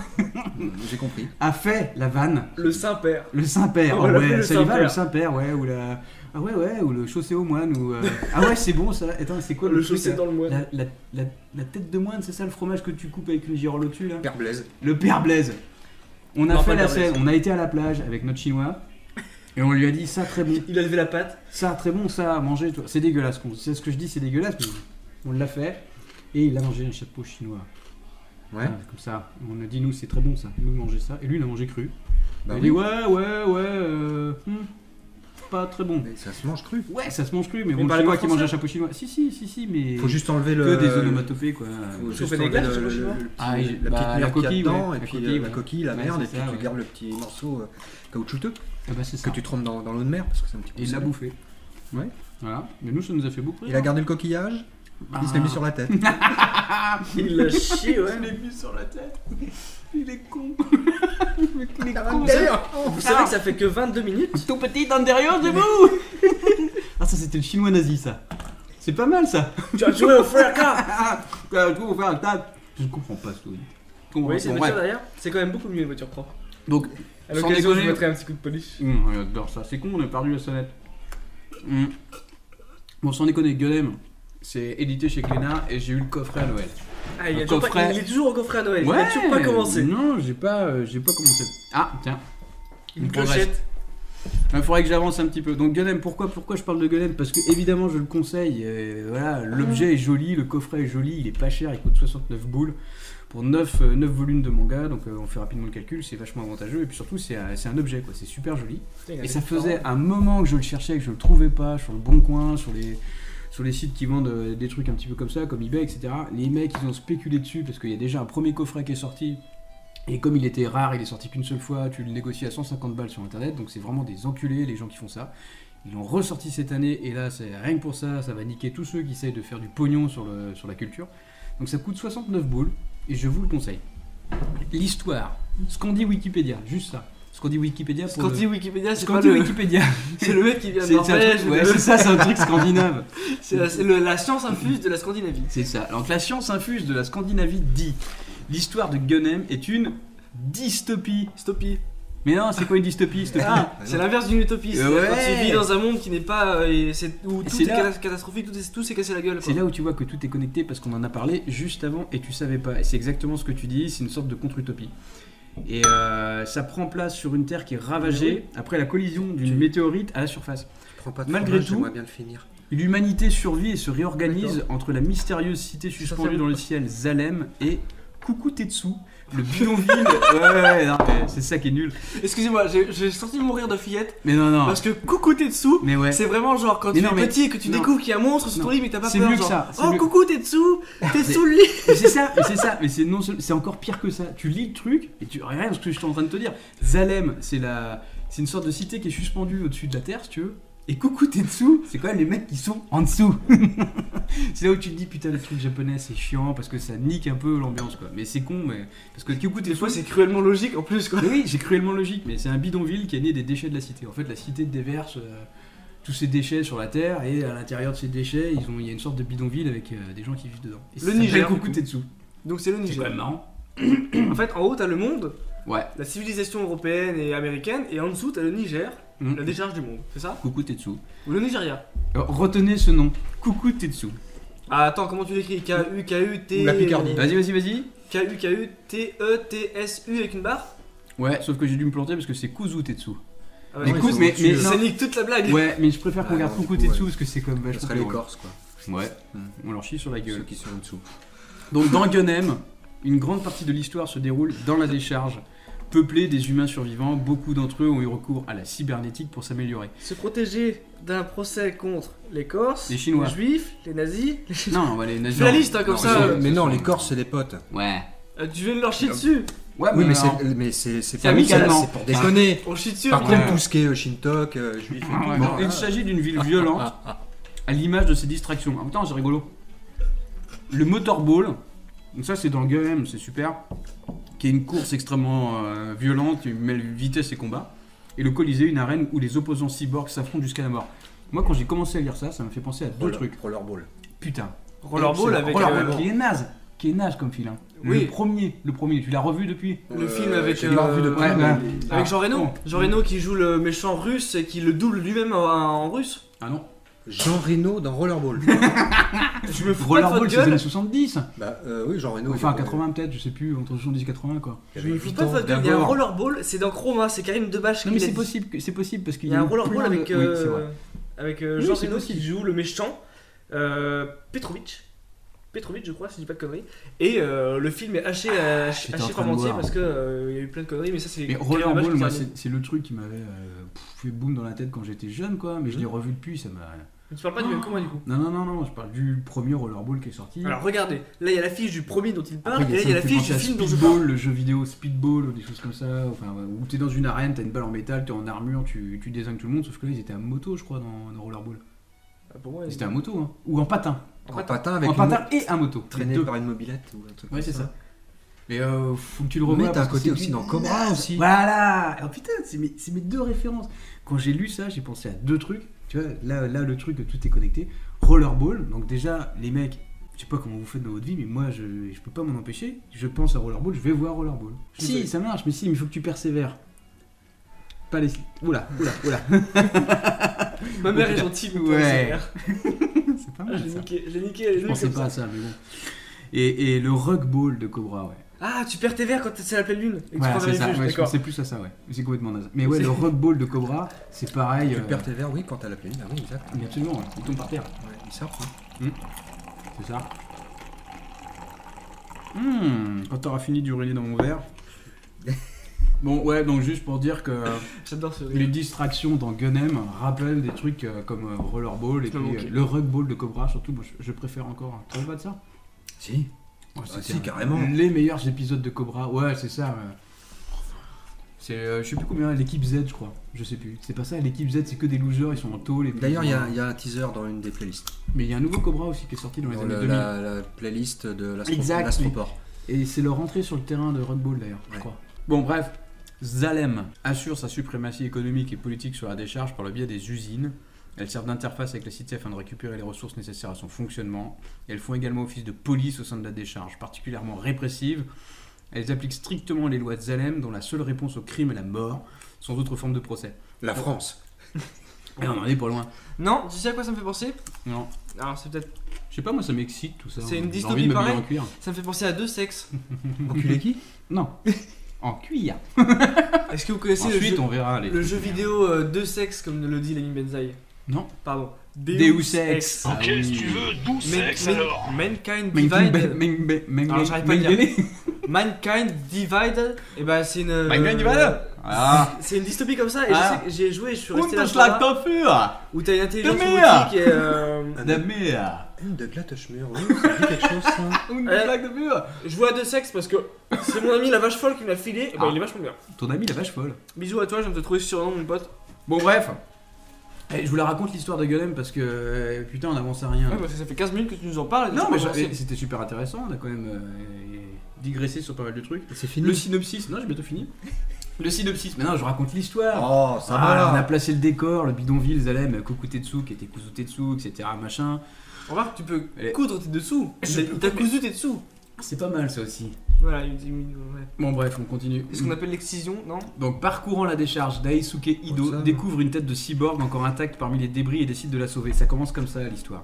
J'ai compris. a fait la vanne. Le Saint-Père. Le Saint-Père, On va ah l'appeler ouais, le ça y va, Saint-Père. le Saint-Père, ouais, ou la. Ah ouais, ouais, ou le chaussé au moine, ou. euh, Ah ouais, c'est bon ça, attends, c'est quoi le, Le truc, chaussé là dans le moine. la, la, la, la tête de moine, c'est ça le fromage que tu coupes avec une girole au-dessus là Père Blaise. Le Père Blaise. On a Non, pas fait le la Père Blaise. scène, on a été à la plage avec notre chinois, et on lui a dit ça très bon, Il a levé la patte. ça très bon, ça à manger, toi. C'est dégueulasse, qu'on- c'est ce que je dis, c'est dégueulasse, mais on l'a fait, et il a mangé un chapeau chinois. Ouais. Voilà, comme ça, on a dit nous c'est très bon ça, nous manger ça, et lui il a mangé cru. il Bah a oui. dit ouais, ouais, ouais, euh, hmm, pas très bon. Mais ça se mange cru. Ouais, ça se mange cru, mais Mais bon, pas c'est les quoi qui Français. mange un chapeau chinois Si, si, si, si, mais. Faut juste enlever que le. des onomatopées quoi. Faut Faut juste faire des enlever glaces, le- je sais pas. le- le petit- Ah, il- la bah, petite la merde qu'il y a coquille, dedans, ouais, et la puis coquille, euh, la ouais. coquille, la Ouais, merde, c'est et puis ça, tu ouais. gardes le petit morceau euh, caoutchouteux Ah bah c'est que ça. tu trempes dans, dans l'eau de mer parce que c'est un petit peu Et il l'a salé. bouffé. Ouais. Voilà. Mais nous ça nous a fait beaucoup. Bah. Il a gardé le coquillage, il se l'est mis sur la tête. Il l'a chié, ouais. Il l'a mis sur la tête. Il est con. Vous savez que ça fait que 22 minutes Tout petit intérieur de vous. ah ça c'était le chinois nazi ça. C'est pas mal ça. Tu as joué au frère car Euh, Je vais vous faire un tas. Je ne comprends pas ce que vous dites. Je comprends Oui, pas. c'est une Bon, voiture bref. derrière. C'est quand même beaucoup mieux une voiture propre. Donc, À Sans l'occasion, je déconner. vous mettrai un petit coup de polish. Hum, on adore ça. C'est con, on a perdu la sonnette. Hum. Bon, sans déconner, Gueulem, c'est édité chez Glénat et j'ai eu le coffret à Noël. Ah, il, Un a toujours pas- coffret. il est toujours au coffret à Noël. il a Eh, toujours pas commencé. Non, j'ai pas, euh, j'ai pas commencé. Ah, tiens. Une On progresse. clochette. Il faudrait que j'avance un petit peu. Donc Gueulem, pourquoi, pourquoi je parle de Gueulem Parce que évidemment, je le conseille. euh, voilà, l'objet est joli, le coffret est joli, il est pas cher, il coûte 69 boules pour 9, euh, 9 volumes de manga. Donc euh, on fait rapidement le calcul, c'est vachement avantageux. Et puis surtout, c'est euh, c'est un objet, quoi. C'est super joli. Putain, il a Et des ça parents. faisait un moment que je le cherchais, que je le trouvais pas sur le bon coin, sur les sur les sites qui vendent euh, des trucs un petit peu comme ça, comme eBay, etc. Les mecs, ils ont spéculé dessus parce qu'il y a déjà un premier coffret qui est sorti. Et comme il était rare, il est sorti qu'une seule fois, tu le négocies à 150 balles sur internet, donc c'est vraiment des enculés les gens qui font ça. Ils l'ont ressorti cette année, et là, c'est rien que pour ça, ça va niquer tous ceux qui essayent de faire du pognon sur, le, sur la culture. Donc ça coûte 69 boules, et je vous le conseille. L'histoire, ce qu'on dit Wikipédia, juste ça. Ce qu'on dit Wikipédia pour. le- Scandi Wikipédia, c'est ce qu'on pas dit le... Wikipédia. C'est le mec qui vient de C'est c'est un Norvège. truc- ouais, c'est ça, c'est un truc scandinave. C'est la, c'est le- la science infuse de la Scandinavie. C'est ça. Donc la science infuse de la Scandinavie dit l'histoire de Gunem est une dystopie. Stoppie. Mais non, c'est quoi une dystopie Stopie Ah, c'est l'inverse d'une utopie. C'est Ouais. quand tu vis dans un monde qui n'est pas. euh, et c'est- où Et tout c'est est, là- cata- catastrophique, tout est- tout s'est cassé la gueule. quoi. C'est là où tu vois que tout est connecté parce qu'on en a parlé juste avant et tu savais pas. Et c'est exactement ce que tu dis, c'est une sorte de contre-utopie. Et euh, ça prend place sur une Terre qui est ravagée après la collision d'une météorite à la surface. Prends pas de Malgré fromage, tout, j'aimerais bien le finir. L'humanité survit et se réorganise entre la mystérieuse cité suspendue ça dans le ciel Zalem et Kukutetsu, le bidonville. ouais, ouais, ouais, non, mais c'est ça qui est nul. Excusez-moi, j'ai j'ai sorti mon rire de fillette Mais non, non. parce que coucou Tetsu, Mais ouais. c'est vraiment genre quand Mais tu non, es mais- petit et que tu non. découvres qu'il y a un monstre sur ton Non. lit mais t'as pas C'est peur. mieux que genre, ça, c'est Oh mieux. coucou Tetsu, t'es C'est- sous le lit. Mais c'est ça, mais c'est ça, mais c'est non seul- c'est encore pire que ça. Tu lis le truc et tu regardes ce que je suis en train de te dire. Zalem, c'est la, c'est une sorte de cité qui est suspendue au-dessus de la terre, si tu veux. Et Kukutetsu, c'est quand même les mecs qui sont en dessous. c'est là où tu te dis putain le truc japonais c'est chiant parce que ça nique un peu l'ambiance quoi. Mais c'est con mais parce que Kukutetsu Des fois c'est cruellement logique en plus quoi. Mais oui, c'est cruellement logique, mais c'est un bidonville qui est né des déchets de la cité. En fait, la cité déverse euh, tous ces déchets sur la terre, et à l'intérieur de ces déchets, ils ont, il y a une sorte de bidonville avec euh, des gens qui vivent dedans. Et Le Niger, du coup. Kukutetsu. Donc c'est le C'est Niger. quand même marrant. En fait en haut t'as le monde, Ouais. la civilisation européenne et américaine et en dessous t'as le Niger, Mhm. la décharge du monde, c'est ça Kukutetsu. Ou le Nigeria. Alors, Euh, retenez ce nom. Kukutetsu. Ah attends comment tu l'écris K U K U T Ou la Picardie. Vas-y, vas-y, vas-y. K U K U T E T S U avec une barre. Ouais, sauf que j'ai dû me planter parce que c'est Kuzutetsu. Ah Mais ouais, écoute, c'est- mais- mais ça non. nique toute la blague. Ouais, mais je préfère qu'on Ah, garde non, du coup, Kukutetsu ouais. parce que c'est quand même Ce vachement serait les drôle. Corses, quoi. Ouais. Hmm. On leur chie sur la Ceux gueule. qui sont en dessous. Donc dans Gunem, une grande partie de l'histoire se déroule dans la décharge, peuplée des humains survivants. Beaucoup d'entre eux ont eu recours à la cybernétique pour s'améliorer. Se protéger d'un procès contre les Corses, Les Chinois. les Juifs, les nazis. les- Non, on va les nazis. Fais la liste, hein, comme non, ça, ils sont- euh, mais non, ils sont- les Corses, c'est les potes. Ouais. Euh, tu viens de leur chier dessus. Ouais, oui, mais alors- c'est, mais c'est, c'est C'est pas amicalement. c'est pour déconner. On chie dessus. Par on- contre, tout ce qui est euh, Shintok, euh, juif et tout, Ah ouais, bon, Il là, s'agit d'une ville violente, à l'image de ses distractions. En même temps, c'est rigolo. Le motorball, donc ça c'est dans le game, c'est super, qui est une course extrêmement euh, violente, qui mêle vitesse et combat. Et le Colisée, une arène où les opposants cyborgs s'affrontent jusqu'à la mort. Moi, quand j'ai commencé à lire ça, ça m'a fait penser à deux roller- trucs. Rollerball. Putain. Rollerball C'est- Oh avec. Rollerball euh, qui est naze. Qui est naze comme film. Oui. Le premier, le premier, tu l'as revu depuis Le Euh, film avec, j'ai pas revu de euh, près, ouais, mais- ouais. Avec Ah. Jean Reno. Oh. Jean Reno qui joue le méchant russe et qui le double lui-même en, en russe. Ah non Jean Reno dans Rollerball. Je me fous pas de Rollerball, votre Ah, c'est les gueule. années 70 bah euh, oui, Jean Reno. Enfin, il y a- 80 peut-être, je sais plus, entre 70 et 80 quoi. il y Je avait me fous huit pas de ans votre gueule. Il y a un d'abord. rollerball, c'est dans Chroma, c'est Karim Debache qui Non mais l'a c'est dit. possible, que- c'est possible parce qu'il Il y a un eu rollerball plein de- avec, Oui, euh, c'est vrai. avec euh, Oui, Jean c'est Reno possible. qui joue le méchant euh, Petrovic. Petrovic, je crois, si je dis pas de conneries. Et euh, le film est haché, à- haché Ah, j'étais en train par de entier voir. parce que euh, il y a eu plein de conneries, mais ça c'est. Mais Karim Debache Rollerball, qui moi, l'a dit. c'est c'est le truc qui m'avait euh, pff, fait boum dans la tête quand j'étais jeune, quoi. Mais je Hein l'ai revu depuis, ça m'a. Mais Tu parles pas du même que moi du coup. Non, non, non, non, je parle du premier Rollerball qui est sorti. Alors regardez, là il y a l'affiche du premier dont il parle, Après, et là Ah, il y a ça me fait l'affiche du penser à film dont je Speedball, parle. le jeu vidéo Speedball, ou des choses comme ça. Enfin, ouais, où t'es dans une arène, t'as une balle en métal, t'es en armure, tu, tu désingues tout le monde. Sauf que là, ils étaient à moto, je crois, dans, dans Rollerball. Ah, Pour moi, Ils il- étaient à moto, hein. Ou en patin. En patin avec en une- patin et à moto. traîné Les deux. par une mobilette ou un truc. Ouais, comme c'est ça. Mais euh, faut que tu le revois. Mais t'as un parce que côté c'est aussi du- dans Cobra aussi. Voilà Alors putain, c'est mes, c'est mes deux références. Quand j'ai lu ça, j'ai pensé à deux trucs. Tu vois, là, là le truc, tout est connecté. Rollerball, donc déjà, les mecs, je sais pas comment vous faites dans votre vie, mais moi, je, je peux pas m'en empêcher. Je pense à Rollerball, je vais voir Rollerball. suis désolé. Si, ça marche, mais si, mais il faut que tu persévères. Pas les... Oula, oula, oula. Ma mère Oh, est putain. gentille, mais Ouais. pas sa mère. c'est pas Ah, mal J'ai ça. niqué, j'ai niqué. Je pensais pas à ça, mais bon. Et, et le rugball de Cobra, ouais. Ah, tu perds tes verres quand c'est la pleine lune. Et que Voilà, tu prends c'est vers les ça, juges, ouais, je d'accord. pensais plus à ça, ouais. C'est complètement naze. Mais ouais, le rugball de Cobra, c'est ça. pareil. Tu euh, perds tes verres, oui, quand t'as la playlist. Ah oui, exact. mais Absolument, ouais. il tombe par terre. Ouais, il sort. hein. C'est ça. Hmm, quand t'auras fini d'uriner dans mon verre. Bon, ouais, donc juste pour dire que J'adore ce les rire. distractions dans Gunem rappellent des trucs euh, comme euh, Rollerball et Je puis me euh, manquais. le Rugball de Cobra, surtout, moi je, je préfère encore. Tu te pas de ça Si. Ouais, Ah, c'était si, un- carrément. Les meilleurs épisodes de Cobra, ouais, c'est ça. ouais. C'est, euh, je sais plus combien, l'équipe Z, je crois. Je sais plus. C'est pas ça, l'équipe Z, c'est que des losers, ils sont en tôle. et puis D'ailleurs, ils il y, sont- a- il y a un teaser dans une des playlists. Mais il y a un nouveau Cobra aussi qui est sorti dans les Dans années le- 2000. la, la playlist de l'astro- Exact, l'astroport. Et c'est leur entrée sur le terrain de Red Bull d'ailleurs, je Ouais. crois. Bon, bref, Zalem assure sa suprématie économique et politique sur la décharge par le biais des usines. Elles servent d'interface avec la cité afin de récupérer les ressources nécessaires à son fonctionnement. Elles font également office de police au sein de la décharge, particulièrement répressive. Elles appliquent strictement les lois de Zalem, dont la seule réponse au crime est la mort, sans autre forme de procès. La France. Et on en est pas loin. Non, tu sais à quoi ça me fait penser Non. Alors, c'est peut-être. Je sais pas, moi ça m'excite tout ça. C'est une J'ai envie dystopie de m'habiller pareil. en cuir. Ça me fait penser à deux sexes. Enculé qui Non, en cuir. Est-ce que vous connaissez le Ensuite, jeu, on verra les. le jeu vidéo euh, Deux sexes, comme le dit Lenny Benzaï Non. Pardon. Deus Ex. Ah, Ah oui. Men- Men- Mankind Divided. Ben- Alors, j'arrive pas à le Mankind Mankind Divided. Et bah, c'est une. euh, Ah C'est une dystopie comme ça. Et Ah. je sais que j'ai joué et je suis Und resté là. das lag dafür Où t'as une intelligence De merde. robotique et. euh, Der Meer Oh, De Glatteschmur. Oui, ça me dit quelque chose, ça. Und das das lag lag dafür Je vois à deux sexes parce que c'est mon ami la vache folle qui me l'a filé. Et bah, Ah. il est vachement bien. Ton ami la vache folle. Bisous à toi, je viens de te trouver ce surnom, mon pote. Bon bref Eh, Je vous la raconte l'histoire de Golem parce que euh, putain on avance à rien. Ouais, parce que ça fait 15 minutes que tu nous en parles. Non mais je je- c'était super intéressant, on a quand même euh, digressé sur pas mal de trucs. C'est fini. Le synopsis, non j'ai bientôt fini. Le synopsis, maintenant je raconte l'histoire. Oh, ça Ah, va. on a placé le décor, le bidonville, Zalem, Koku Tetsu qui était Kuzu Tetsu, etc. machin. Remarque, tu peux Allez. coudre tes dessous. T'as t'as cousu tes dessous. C'est pas mal ça aussi. Voilà, il dit. ouais. Bon bref, on continue. C'est ce qu'on appelle l'excision, non Donc parcourant la décharge, Daisuke Ido Awesome. découvre une tête de cyborg encore intacte parmi les débris et décide de la sauver. Ça commence comme ça l'histoire.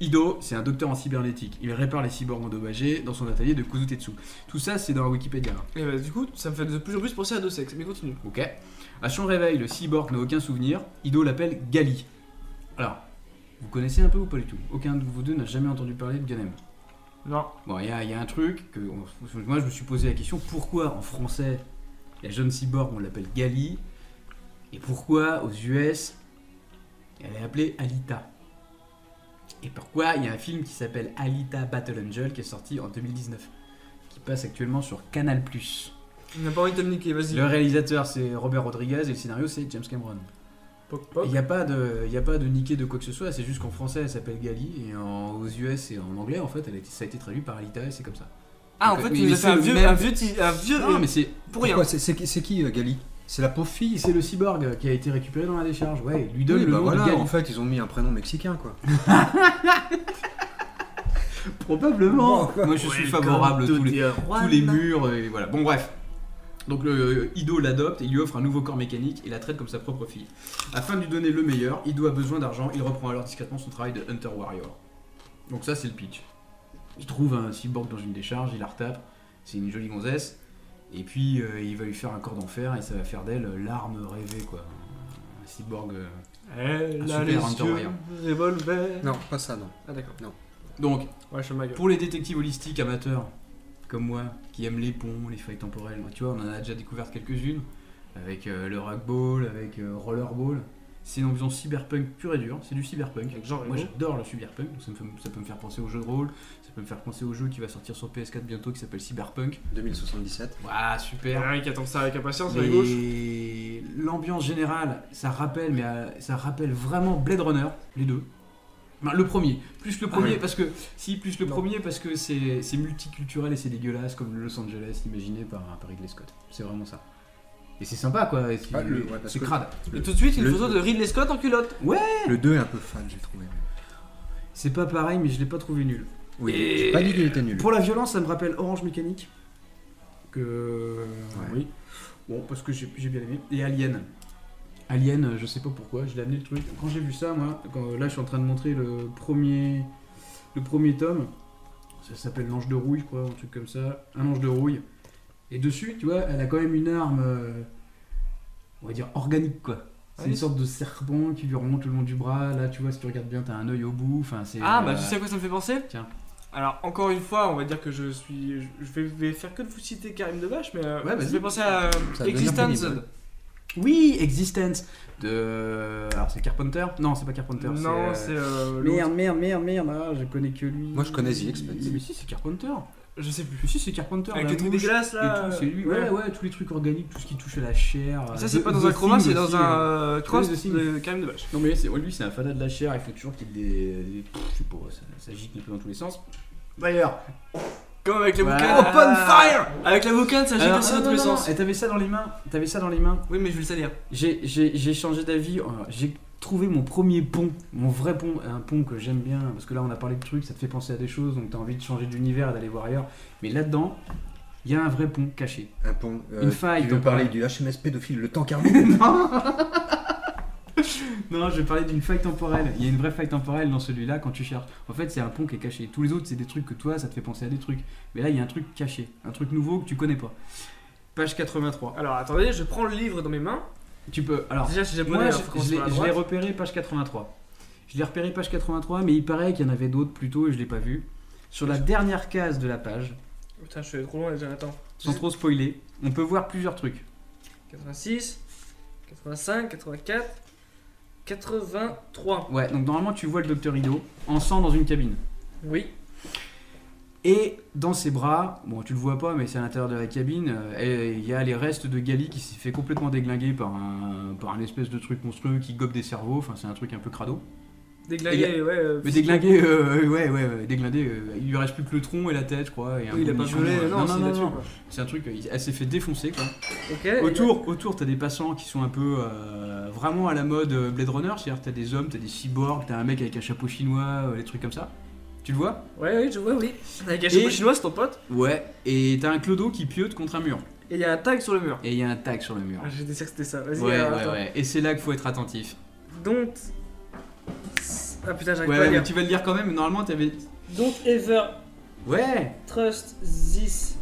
Ido, c'est un docteur en cybernétique. Il répare les cyborgs endommagés dans son atelier de Kuzutetsu. Tout ça, c'est dans la Wikipédia. Et bah, du coup, ça me fait de plus en plus penser à deux sexes. Mais continue. Ok. À son réveil, le cyborg n'a aucun souvenir. Ido l'appelle Gali. Alors, vous connaissez un peu ou pas du tout Aucun de vous deux n'a jamais entendu parler de Ganem. Non. Bon, il y, a- il y a un truc que on- moi je me suis posé la question pourquoi en français la jeune cyborg on l'appelle Gali et pourquoi aux US elle est appelée Alita et pourquoi il y a un film qui s'appelle Alita Battle Angel qui est sorti en 2019 qui passe actuellement sur Canal+. On n'a pas envie de communiquer, vas-y. Le réalisateur c'est Robert Rodriguez et le scénario c'est James Cameron. Poc, poc. Il n'y a pas de, il y a pas de niqué de quoi que ce soit, c'est juste qu'en français elle s'appelle Gali et en- aux US et en anglais en fait elle a été- ça a été traduit par Alita et c'est comme ça. Ah, en Donc, fait, oui, tu nous mais as fait c'est un le vieux. même- Un vieux. ti- Un vieux. Non mais c'est Pour rien. Pourquoi C'est- C'est qui- c'est qui, euh, Gali C'est la pauvre fille. C'est le cyborg qui a été récupéré dans la décharge. Ouais, il lui donne Oui, le bah nom voilà, de Gali. en fait, ils ont mis un prénom mexicain, quoi. Probablement. Bon, Moi, je suis favorable à tous les, tous les murs et voilà. Bon bref. Donc le euh, Ido l'adopte et lui offre un nouveau corps mécanique et la traite comme sa propre fille. Afin de lui donner le meilleur, Ido a besoin d'argent, il reprend alors discrètement son travail de Hunter Warrior. Donc ça c'est le pitch. Il trouve un cyborg dans une décharge, il la retape, c'est une jolie gonzesse, et puis euh, il va lui faire un corps d'enfer et ça va faire d'elle euh, l'arme rêvée quoi. Un cyborg. euh. Elle super a les Hunter yeux, Warrior. Eh, revolver. Non, pas ça, non. Ah d'accord. Donc Ouais, je fais ma gueule. Pour les détectives holistiques amateurs, comme moi, qui aiment les ponts, les failles temporelles, tu vois, on en a déjà découvert quelques-unes, avec euh, le ragball, avec euh, rollerball. C'est une ambiance cyberpunk pure et dure, c'est du cyberpunk. Avec Jean Moi Reno. j'adore le cyberpunk, donc ça, me fait- ça peut me faire penser au jeu de rôle, ça peut me faire penser au jeu qui va sortir sur PS4 bientôt qui s'appelle Cyberpunk. 2077. Waouh, Il y en a super! un qui attend ça avec impatience, à la gauche. Mais l'ambiance générale, ça rappelle, mais euh, ça rappelle vraiment Blade Runner, les deux. Enfin, le premier, plus Ah le premier oui. parce que si plus le Non. premier parce que c'est c'est multiculturel et c'est dégueulasse comme le Los Angeles imaginé par, par Ridley Scott. C'est vraiment ça. Et c'est sympa quoi. et C'est Ah, le- ouais, parce c'est que- crade. Et tout de suite, une Le- photo de Ridley Scott en culotte. Le 2 est un peu fan, j'ai trouvé. C'est pas pareil, mais je l'ai pas trouvé nul. Oui, Et- j'ai pas dit qu'il était nul. Pour la violence, ça me rappelle Orange Mécanique. Que. Ouais. Oui. Bon, parce que j'ai j'ai bien aimé. Et Alien. Alien, euh, je sais pas pourquoi, je l'ai amené le truc. Quand j'ai vu ça, moi, quand, là je suis en train de montrer le premier, le premier tome. Ça s'appelle L'Ange de Rouille, je crois, un truc comme ça. Un Ange de Rouille. Et dessus, tu vois, elle a quand même une arme. euh, on va dire organique, quoi. C'est Ouais. une sorte de serpent qui lui remonte le long du bras. Là, tu vois, si tu regardes bien, t'as un œil au bout. Enfin, c'est. Ah, euh, bah tu sais à quoi ça me fait penser Tiens. Alors, encore une fois, on va dire que je suis. je- Je vais, vais faire que de vous citer Karim Debache, mais euh, Ouais, ça me vas-y. fait penser à euh, Ça va devenir Existence. pénible. Oui, Existence de. Alors c'est Carpenter Non, c'est pas Carpenter. Non, c'est. c'est. euh, euh, l'autre. Merde, merde, merde, merde. Ah, je connais que lui. Moi, je connais The Expanse. Mais si, c'est Carpenter. Je sais plus. Mais si, c'est Carpenter. Avec la les trucs mouche dégueulasses et là. euh. tout, c'est lui. ouais. Ouais, ouais, tous les trucs organiques, tout ce qui touche à la chair. euh, Ça, c'est Ah, The- pas dans The un chroma, Thing c'est dans aussi, un euh. euh, cross The Thing. de Karim Debache. Non, mais c'est- ouais, lui, c'est un fanat de la chair. Il faut toujours qu'il y ait des. des- pff, Je sais pas, ça, ça gicle un peu dans tous les sens. D'ailleurs, Comme avec les Ouais. bouquins. Open fire Avec la boucane, ça Alors, jette aussi non, dans tous Ah, non, les non, sens. Et t'avais ça dans les mains. T'avais ça dans les mains. Oui, mais je vais le salir. J'ai- J'ai j'ai changé d'avis. euh, J'ai trouvé mon premier pont, mon vrai pont, un pont que j'aime bien parce que là on a parlé de trucs, ça te fait penser à des choses, donc t'as envie de changer d'univers, et d'aller voir ailleurs. Mais là-dedans, il y a un vrai pont caché. Un pont. euh, Une faille, Tu veux donc, parler ouais. du HMS pédophile, le temps carnet non, non, je parlais d'une faille temporelle. Il y a une vraie faille temporelle dans celui-là quand tu cherches. En fait, c'est un pont qui est caché. Tous les autres, c'est des trucs que toi, ça te fait penser à des trucs. Mais là, il y a un truc caché, un truc nouveau que tu connais pas. Page 83. Alors, attendez, je prends le livre dans mes mains. Tu peux. Alors, Déjà, c'est japonais, Moi, alors faut je, je commencer l'ai- par la je l'ai droite. repéré page 83. Je l'ai repéré page 83, mais il paraît qu'il y en avait d'autres plus tôt et je l'ai pas vu. Sur la dernière case de la page, Putain, je suis allé trop loin déjà, attends. sans trop spoiler, on peut voir plusieurs trucs. 86, 85, 84, 83. Ouais, donc normalement tu vois le docteur Ido ensemble dans une cabine. Oui. Et dans ses bras, bon tu le vois pas, mais c'est à l'intérieur de la cabine, euh, et il y a les restes de Gali qui s'est fait complètement déglinguer par un, par un espèce de truc monstrueux qui gobe des cerveaux, enfin c'est un truc un peu crado. Déglingué, ouais. euh, Mais déglingué, euh, ouais, ouais, ouais, déglingué, euh, il lui reste plus que le tronc et la tête, je crois. Et un Oui, il peu a de pas nichon, violé, euh, non, non, non, non. C'est un truc, euh, il- elle s'est fait défoncer quoi. Ok. et- Autour, autour, t'as des passants qui sont un peu euh, vraiment à la mode euh, Blade Runner, c'est-à-dire t'as des hommes, t'as des cyborgs, t'as un mec avec un chapeau chinois, euh, des trucs comme ça. Tu le vois Ouais, oui, je vois, oui. Avec un chapeau Et- chinois, c'est ton pote. Ouais. Et t'as un clodo qui piote contre un mur. Et il y a un tag sur le mur. Et il y a un tag sur le mur. Ah, J'étais sûr que c'était ça. Ouais, Vas-y, ouais, alors, ouais, attends. Et c'est là qu'il faut être attentif. Don't. Ah putain, Ouais, j'arrive pas à mais lire. tu vas le lire quand même, normalement t'avais. Don't ever Ouais trust this.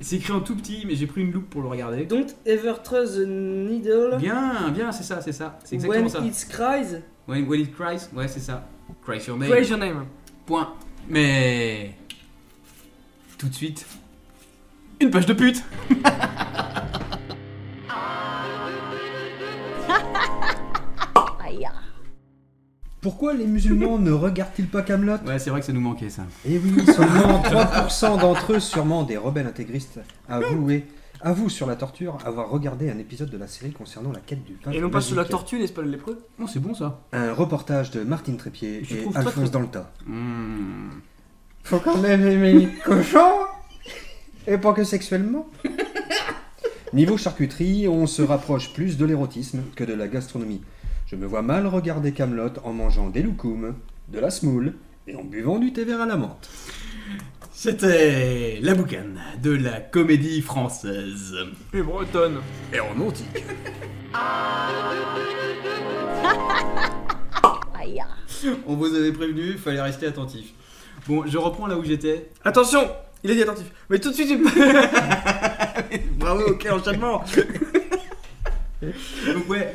C'est écrit en tout petit, mais j'ai pris une loupe pour le regarder. Don't ever trust the needle. Bien, bien, c'est ça, c'est ça. C'est exactement When ça. it cries, When, when it cries, ouais, c'est ça. Cries your name. cries your name. Point. Mais. Tout de suite. Une page de pute Pourquoi les musulmans ne regardent-ils pas Camelot Ouais, c'est vrai que ça nous manquait ça. Eh oui, seulement 3% d'entre eux, sûrement des rebelles intégristes, avoués, avouent sur la torture avoir regardé un épisode de la série concernant la quête du pain. Et non pas sur la magique. tortue, n'est-ce pas le lépreux Non, Oh, c'est bon ça. Un reportage de Martine Trépied Je et trouve pas Alphonse très- Dalta. Hmm. Faut quand même aimer les cochons Et pas que sexuellement Niveau charcuterie, on se rapproche plus de l'érotisme que de la gastronomie. Je me vois mal regarder Camelot en mangeant des loukoums, de la smoule et en buvant du thé vert à la menthe. C'était la boucane de la comédie française. Et bretonne. Et en antique. On vous avait prévenu, fallait rester attentif. Bon, je reprends là où j'étais. Attention Il est dit attentif. Mais tout de suite, il- Bravo, quel enchaînement Donc ouais,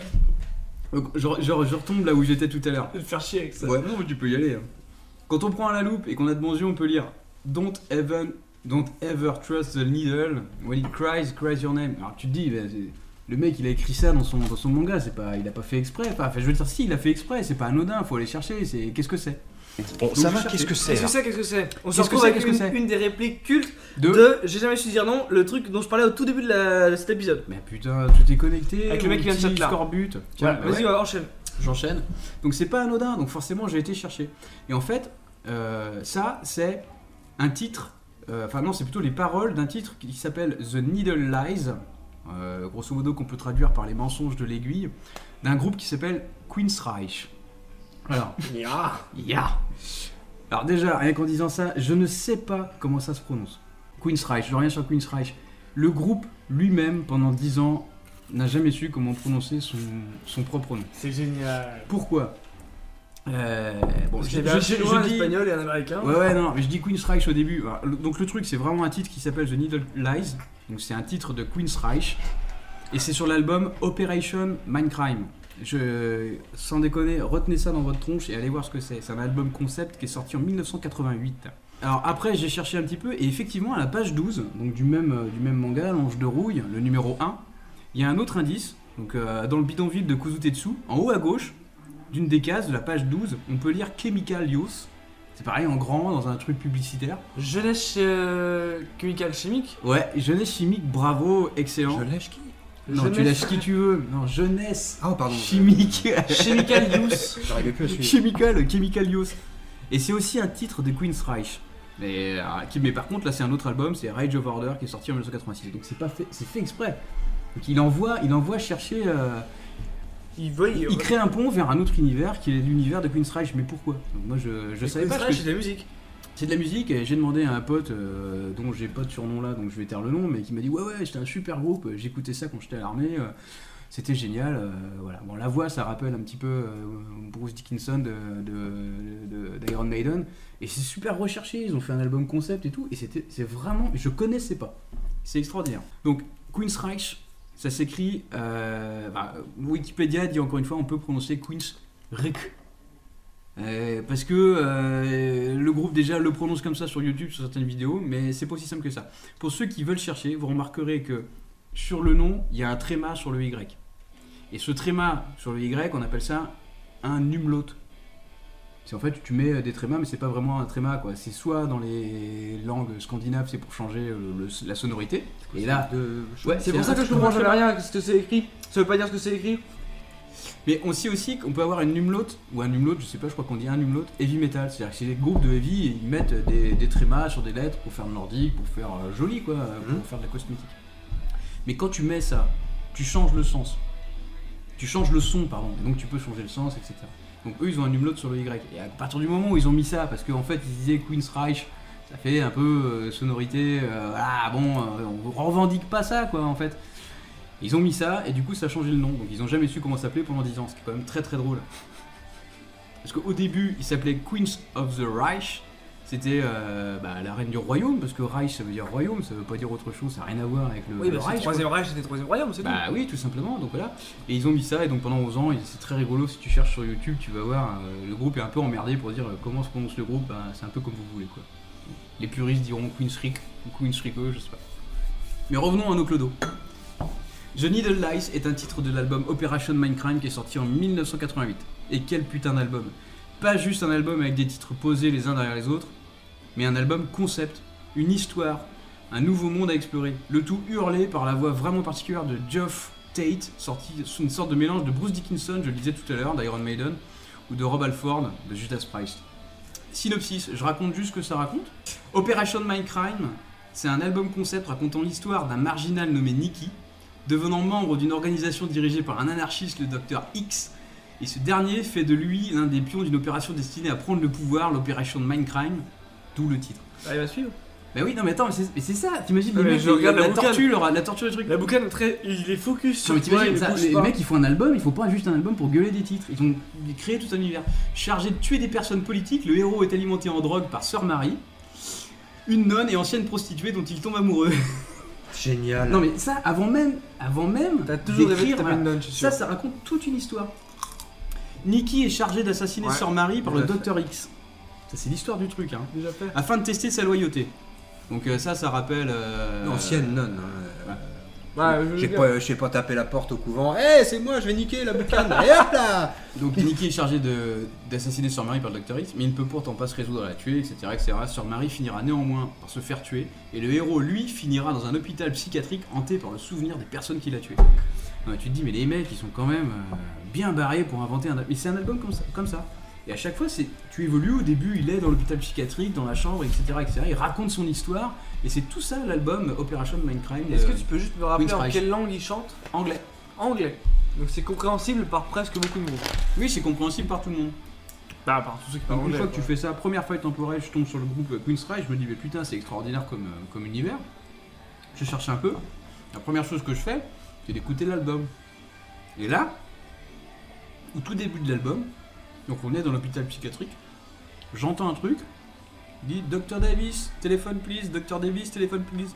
Donc, je, je- je retombe là où j'étais tout à l'heure. il me faire chier avec ça. Ouais, non, mais tu peux y aller. hein. Quand on prend à la loupe et qu'on a de bons yeux, on peut lire Don't even, don't ever trust the needle. When it cries, cries your name. Alors tu te dis, bah, c'est- le mec il a écrit ça dans son, dans son manga, c'est pas, il a pas fait exprès. Enfin, je veux dire, si, il a fait exprès, c'est pas anodin, faut aller chercher. C'est qu'est-ce que c'est Bon, Donc, ça va, cherchez. qu'est-ce que c'est Qu'est-ce que là c'est Qu'est-ce que c'est On se Qu'est-ce que retrouve c'est, avec qu'est-ce que une, c'est une des répliques cultes De- de, J'ai jamais su dire non, le truc dont je parlais au tout début de, la- de cet épisode. Mais putain, tout est connecté. Avec le mec qui vient de outil, Châtelard. score but. Tiens, Voilà, bah ouais. vas-y, ouais, enchaîne. j'enchaîne. Donc c'est pas anodin, donc forcément j'ai été chercher. Et en fait, euh, ça c'est un titre, euh, enfin non, c'est plutôt les paroles d'un titre qui s'appelle The Needle Lies, euh, grosso modo qu'on peut traduire par les mensonges de l'aiguille, d'un groupe qui s'appelle Queen's Reich. Alors, Ya. Alors déjà, rien qu'en disant ça, je ne sais pas comment ça se prononce. Queen's Reich, je rien sur Queen's Reich. Le groupe lui-même, pendant 10 ans, n'a jamais su comment prononcer son, son propre nom. C'est génial. Pourquoi Euh, Bon, je, J'ai je- un je- chinois, un je dis- espagnol et un américain. Ouais, ouais, non, non, mais je dis Queen's Reich au début. Alors, le- Donc le truc, c'est vraiment un titre qui s'appelle The Needle Lies. Donc c'est un titre de Queen's Reich. Et c'est sur l'album Operation Mindcrime. Je, sans déconner, retenez ça dans votre tronche et allez voir ce que c'est. C'est un album concept qui est sorti en 1988. Alors après, j'ai cherché un petit peu et effectivement, à la page 12, donc du même, euh, du même manga, L'Ange de Rouille, le numéro 1, il y a un autre indice. Donc euh, dans le bidonville de Kuzutetsu, en haut à gauche, d'une des cases de la page 12, on peut lire Chemical Use. C'est pareil en grand dans un truc publicitaire. Jeunesse euh, chimique chimique. Ouais, jeunesse chimique, bravo, excellent. Je lèche qui non, tu jeunesse- lâches qui tu veux. Non, jeunesse Ah, pardon. chimique. Chemical use. J'arrivais plus à suivre. Chemical, Chemical Use. Et c'est aussi un titre de Queen's Reich. Mais, euh, qui, mais par contre, là, c'est un autre album, c'est Rage of Order qui est sorti en 1986. Donc c'est pas fait, c'est fait exprès. Donc il envoie, il envoie chercher. euh, Il veut. il, crée un pont vers un autre univers qui est l'univers de Queen's Reich. Mais pourquoi Donc Moi, je, je savais pas. parce que- C'est de la musique. C'est de la musique et j'ai demandé à un pote euh, dont j'ai pas de surnom là, donc je vais taire le nom, mais qui m'a dit ouais ouais c'était un super groupe, euh, j'écoutais ça quand j'étais à l'armée, euh, c'était génial, euh, voilà. Bon la voix ça rappelle un petit peu euh, Bruce Dickinson de- de- de- d'Iron Maiden et c'est super recherché, ils ont fait un album concept et tout et c'était c'est vraiment je connaissais pas, c'est extraordinaire. Donc Queen's Reich, ça s'écrit, euh, bah, Wikipédia dit encore une fois on peut prononcer Queen's Reich. Euh, parce que euh, le groupe déjà le prononce comme ça sur YouTube, sur certaines vidéos, mais c'est pas aussi simple que ça. Pour ceux qui veulent chercher, vous remarquerez que sur le nom, il y a un tréma sur le Y. Et ce tréma sur le Y, on appelle ça un umlaut. C'est en fait, tu mets des trémas, mais c'est pas vraiment un tréma, quoi. C'est soit dans les langues scandinaves, c'est pour changer euh, le- la sonorité. Et là, ouais, C'est pour ça un que je truc comprends de jamais rien à ce que c'est écrit. Ça veut pas dire ce que c'est écrit. Mais on sait aussi qu'on peut avoir une umlaut, ou un umlaut, je sais pas, je crois qu'on dit un umlaut, heavy metal. C'est-à-dire que c'est des groupes de heavy, et ils mettent des, des trémas sur des lettres pour faire nordique, pour faire euh, joli, quoi, pour Mhm. faire de la cosmétique. Mais quand tu mets ça, tu changes le sens. Tu changes le son, pardon, et donc tu peux changer le sens, etc. Donc eux, ils ont un umlaut sur le Y. Et à partir du moment où ils ont mis ça, parce qu'en fait, ils disaient Queen's Reich, ça fait un peu euh, sonorité, euh, ah bon, euh, on revendique pas ça, quoi, en fait. Ils ont mis ça et du coup ça a changé le nom. Donc ils ont jamais su comment s'appeler pendant 10 ans, ce qui est quand même très très drôle. Parce qu'au début, ils s'appelaient Queens of the Reich. C'était euh, bah, la reine du royaume, parce que Reich ça veut dire royaume, ça veut pas dire autre chose, ça n'a rien à voir avec le, Oui, le bah, c'est le Reich. quoi. troisième Reich, c'était le troisième royaume, c'est tout. Bah oui, tout simplement, donc voilà. Et ils ont mis ça, et donc pendant 11 ans, et c'est très rigolo, si tu cherches sur YouTube, tu vas voir, euh, le groupe est un peu emmerdé pour dire euh, comment se prononce le groupe, bah, c'est un peu comme vous voulez, quoi. Les puristes diront Queen's Rick ou Queen's Rico, je sais pas. Mais revenons à nos clodos. The Needle Lies est un titre de l'album Operation Mindcrime qui est sorti en 1988. Et quel putain d'album Pas juste un album avec des titres posés les uns derrière les autres, mais un album concept, une histoire, un nouveau monde à explorer. Le tout hurlé par la voix vraiment particulière de Geoff Tate, sorti sous une sorte de mélange de Bruce Dickinson, je le disais tout à l'heure, d'Iron Maiden, ou de Rob Alford, de Judas Priest. Synopsis, je raconte juste ce que ça raconte. Operation Mindcrime, c'est un album concept racontant l'histoire d'un marginal nommé Nicky, devenant membre d'une organisation dirigée par un anarchiste, le docteur X, Et ce dernier fait de lui l'un des pions d'une opération destinée à prendre le pouvoir, l'opération de Mindcrime, d'où le titre. Ah, il va suivre. Bah oui, non mais attends, mais c'est- mais c'est ça, t'imagines Ouais, les mais mecs, je la- regarde la, la boucane. tortue, leur- la tortue, le truc. La boucane est très. Il est focus Non, sur mais toi, il t'imagines ne ça, bouge les pas. mecs ils font un album, ils font pas juste un album pour gueuler des titres, ils ont créé tout un univers. Chargé de tuer des personnes politiques, le héros est alimenté en drogue par Sœur Marie, une nonne et ancienne prostituée dont il tombe amoureux. Génial. Non mais ça, avant même, avant même, T'as toujours rêvé de d'écrire, taper voilà, une nonne, je suis sûr. ça, ça raconte toute une histoire. Nikki est chargé d'assassiner Ouais, Sœur Marie par tout le à fait. Docteur X. Ça c'est l'histoire du truc, hein. Déjà fait. Afin de tester sa loyauté. Donc euh, ça, ça rappelle... euh, Ancienne nonne. hein, euh, Ouais, Ah, Bah, je J'ai veux pas, j'ai pas tapé la porte au couvent. Eh, c'est moi, je vais niquer la boucane. Et hop là Donc Nikki est chargé de- d'assassiner Sœur Marie par le Docteur X, mais il ne peut pourtant pas se résoudre à la tuer, etc. etc. Sœur Marie finira néanmoins par se faire tuer, et le héros, lui, finira dans un hôpital psychiatrique hanté par le souvenir des personnes qu'il a tuées. Non, mais tu te dis, mais les mecs, ils sont quand même euh, bien barrés pour inventer un... al- Mais c'est un album comme ça. Comme ça. Et à chaque fois, c'est tu évolues, au début, il est dans l'hôpital psychiatrique, dans la chambre, etc., etc. Il raconte son histoire, et c'est tout ça l'album Operation Mindcrime. Est-ce euh, que tu peux juste me rappeler en Winstrike. quelle langue il chante Anglais. Anglais. Donc c'est compréhensible par presque beaucoup de monde. Oui, c'est compréhensible par tout le monde. Bah, par tous ceux qui Donc, parlent une anglais. fois que tu fais ça, première feuille temporelle, je tombe sur le groupe Queenstrike, je me dis mais putain c'est extraordinaire comme, euh, comme univers. Je cherche un peu. La première chose que je fais, c'est d'écouter l'album. Et là, au tout début de l'album, donc on est dans l'hôpital psychiatrique, j'entends un truc, il dit Docteur Davis, téléphone please, Docteur Davis, téléphone please.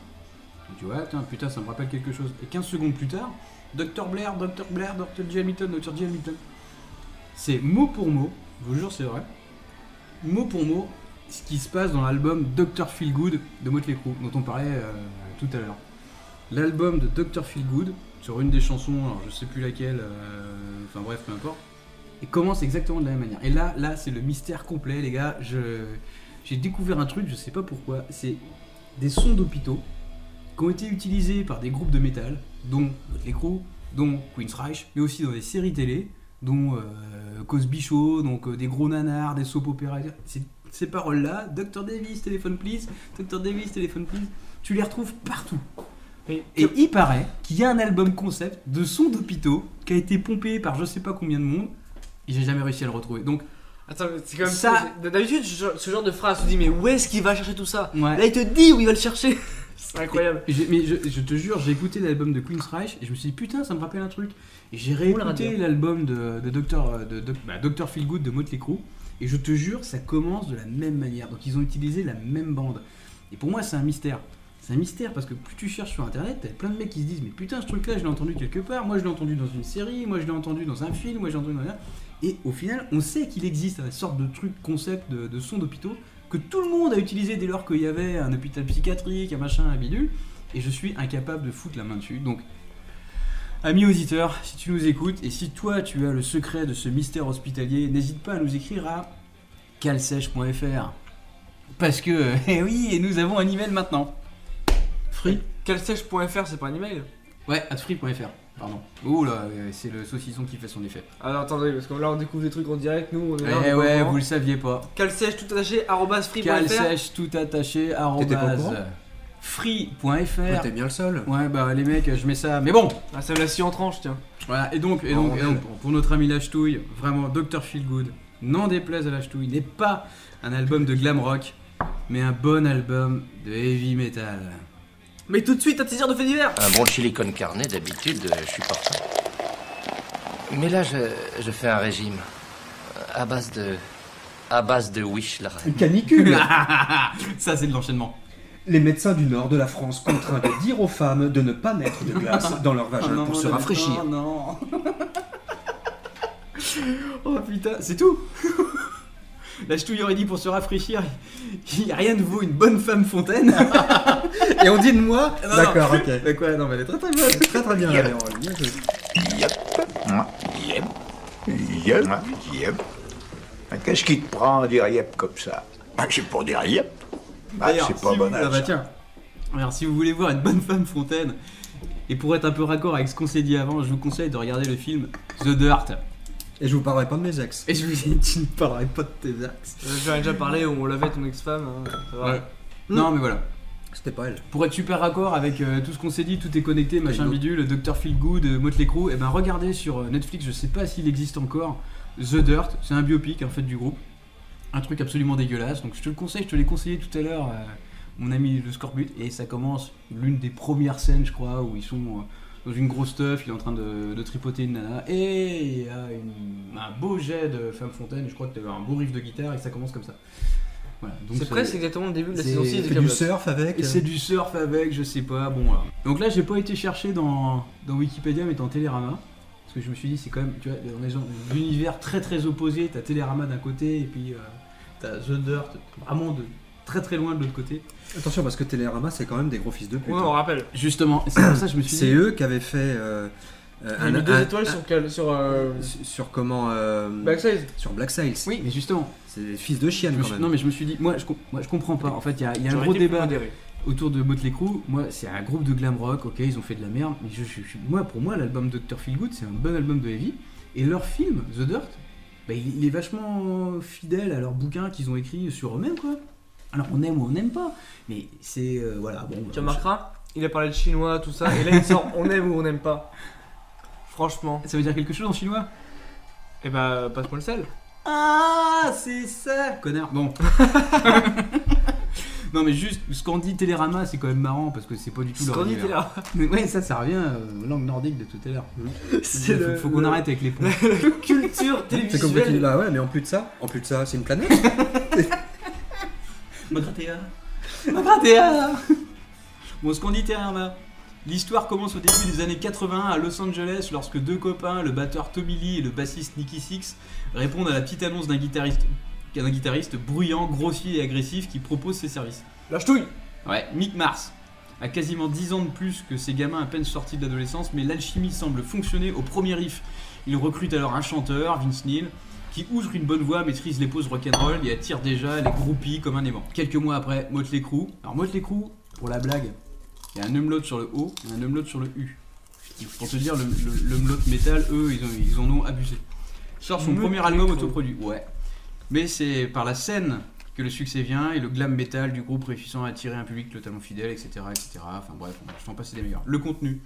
Je dis ouais putain, putain ça me rappelle quelque chose. Et 15 secondes plus tard, Docteur Blair, Docteur Blair, Docteur J. Hamilton, Docteur J. Hamilton. C'est mot pour mot, je vous jure c'est vrai mot pour mot ce qui se passe dans l'album Dr. Feelgood de Motley Crue, dont on parlait euh, tout à l'heure. L'album de Dr. Feelgood, sur une des chansons, alors je sais plus laquelle, euh, enfin bref, peu importe, et commence exactement de la même manière. Et là, là, c'est le mystère complet, les gars. Je, j'ai découvert un truc, je sais pas pourquoi, c'est des sons d'hôpitaux qui ont été utilisés par des groupes de métal, dont Motley Crue, dont Queen's Reich, mais aussi dans des séries télé, dont euh, Cosby Show, donc euh, des gros nanars, des soap opéras. etc. Ces, ces paroles-là, Dr Davis, téléphone please, Dr Davis, téléphone please, tu les retrouves partout. Mais- Et il paraît qu'il y a un album concept de sons d'hôpitaux qui a été pompé par je sais pas combien de monde et j'ai jamais réussi à le retrouver. Donc, Attends, mais c'est quand même Ça- ça. D'habitude, ce genre- ce genre de phrase, tu te dis, mais où est-ce qu'il va chercher tout ça ouais. Là, il te dit où il va le chercher. C'est incroyable. Et j'ai- mais je, je te jure, j'ai écouté l'album de Queen's Reich et je me suis dit putain, ça me rappelle un truc. Et j'ai la radio. réécouté l'album de, de Dr. De, de- bah, Dr. Feelgood de Motley Crue et je te jure, ça commence de la même manière. Donc ils ont utilisé la même bande. Et pour moi, c'est un mystère. C'est un mystère parce que plus tu cherches sur internet, t'as plein de mecs qui se disent mais putain, ce truc-là, je l'ai entendu quelque part. Moi, je l'ai entendu dans une série. Moi, je l'ai entendu dans un film. Moi, j'ai entendu dans un. Et au final, on sait qu'il existe une sorte de truc concept de, de son d'hôpitaux que tout le monde a utilisé dès lors qu'il y avait un hôpital psychiatrique, un machin, un bidule, et je suis incapable de foutre la main dessus. Donc, ami auditeur, si tu nous écoutes, et si toi tu as le secret de ce mystère hospitalier, n'hésite pas à nous écrire à calsèche.fr. Parce que, eh oui, et nous avons un email maintenant. Free Calsèche.fr, c'est pas un email Ouais, at free.fr, pardon. Ouh là, euh, c'est le saucisson qui fait son effet. Alors attendez, parce que là, on découvre des trucs en direct, nous, on est là. on est Eh pas au ouais, courant. vous le saviez pas. Calsèche tout attaché, arrobas free.fr. calsèche tout attaché T'étais pas au arrobase courant free.fr T'es bien le seul. Ouais bah les mecs je mets ça mais bon Ah, ça me l'a scie en tranche, tiens. voilà et donc et Oh, donc, et bordel. donc, pour, pour notre ami Lachetouille vraiment Dr Feelgood n'en déplaise à Lachetouille n'est pas un album de glam rock mais un bon album de heavy metal Mais tout de suite, un teaser de fait divers Un bon chili con carne, d'habitude, euh, je suis partant. Mais là, je, je fais un régime. À base de. À base de Wish, la reine. Une canicule ça c'est de l'enchaînement Les médecins du nord de la France contraints de dire aux femmes de ne pas mettre de glace dans leur vagin Ah non, pour se non, rafraîchir. non, non. oh putain, c'est tout La ch'touille aurait dit pour se rafraîchir, il n'y a rien de vaut une bonne femme fontaine. Et on dit de moi Non, non. D'accord, ok. Mais quoi, non mais elle est très très bonne. C'est Très très bien. Yeah. allez, on va bien jouer. Yep. Yep. Yep. Qu'est-ce qui te prend à dire yep comme ça Bah, C'est pour dire yep. Bah, D'ailleurs, c'est pas si bon vous- âge, ah bah ça. tiens. Alors si vous voulez voir une bonne femme fontaine, et pour être un peu raccord avec ce qu'on s'est dit avant, je vous conseille de regarder le film The Dirt. Et je vous parlerai pas de mes ex. Et je vous ai dit, tu ne parlerai pas de tes axes. Mm. Euh, J'en ai déjà parlé, on l'avait ton ex-femme. hein, ça va. Non mais voilà. C'était pas elle. Pour être super raccord avec euh, tout ce qu'on s'est dit, tout est connecté, machin Taïno. bidule, Dr. Feel Good, euh, Motley Crue, et ben regardez sur euh, Netflix, je sais pas s'il existe encore, The Dirt, c'est un biopic en fait du groupe. Un truc absolument dégueulasse, donc je te le conseille, je te l'ai conseillé tout à l'heure, euh, mon ami le Scorbut, et ça commence l'une des premières scènes, je crois, où ils sont euh, dans une grosse teuf, il est en train de, de tripoter une nana, et il y a une- un beau jet de Femme Fontaine, je crois que tu un beau riff de guitare, et ça commence comme ça. Voilà, donc C'est presque exactement le début de la c'est- saison 6 c'est de Fait Camelot. du surf avec. euh, et c'est du surf avec, je sais pas, bon voilà. Donc là, j'ai pas été chercher dans, dans Wikipédia, mais dans Télérama. Parce que je me suis dit, c'est quand même, tu vois, dans les gens, l'univers très très opposé, t'as Télérama d'un côté, et puis euh, t'as The Dirt, vraiment de très très loin de l'autre côté. Attention parce que Télérama c'est quand même des gros fils de pute. hein. Ouais, on rappelle. Justement, et c'est pour ça que je me suis C'est dit. eux qui avaient fait euh, euh, Il a mis deux étoiles sur quel- sur euh, sur- sur comment euh, Backside. sur Black Sails. Oui, mais justement, C'est des fils de je chienne me quand suis- même. non mais je me suis dit, moi je, com- moi, je comprends pas. En fait, il y a, il y a un J'aurais gros été plus débat modéré. autour de Motley Crue. Moi, c'est un groupe de glam rock, ok, ils ont fait de la merde. Mais je, je- je- moi, pour moi, l'album Dr. Feelgood, c'est un bon album de Heavy. Et leur film, The Dirt, bah, il il est vachement fidèle à leur bouquin qu'ils ont écrit sur eux-mêmes, quoi. Alors, on aime ou on n'aime pas, mais c'est. euh, voilà, bon. bah, Tu remarqueras, il a parlé de chinois, tout ça, et là il sort on aime ou on n'aime pas. Franchement. je- Ça veut dire quelque chose en chinois Et bah, passe-moi le sel. Ah, c'est ça Connard, bon. non, mais juste, ce qu'on dit Télérama, c'est quand même marrant parce que c'est pas du tout leur. Scandi univers. t'es là. Mais ouais, ça, ça revient euh, aux langues nordiques de tout à l'heure. C'est Faut- le- Faut qu'on le- arrête avec les ponts. Culture C'est comme quand il- télévisuelle. bah ouais, mais en plus de ça, en plus de ça, c'est une planète. Magratea Magratea Bon, ce qu'on dit, Terrama. L'histoire commence au début des années 80 à Los Angeles lorsque deux copains, le batteur Tommy Lee et le bassiste Nicky Six, répondent à la petite annonce d'un guitariste, d'un guitariste bruyant, grossier et agressif qui propose ses services. La ch'touille. Ouais, Mick Mars a quasiment 10 ans de plus que ces gamins à peine sortis de l'adolescence, mais l'alchimie semble fonctionner au premier riff. Il recrute alors un chanteur, Vince Neil, qui, outre une bonne voix, maîtrise les poses rock'n'roll et attire déjà les groupies comme un aimant. Quelques mois après, Motley Crue. Alors, Motley Crue, pour la blague, il y a un umlaut sur le O et un umlaut sur le U. Pour te dire, le- le- l'umlaut métal, eux, ils, ont- ils en ont abusé. Sort son Motley premier album Crue. autoproduit. Ouais. Mais c'est par la scène que le succès vient et le glam metal du groupe réussissant à attirer un public totalement fidèle, etc. etc. Enfin bref, on- je t'en passe des meilleurs. Le contenu.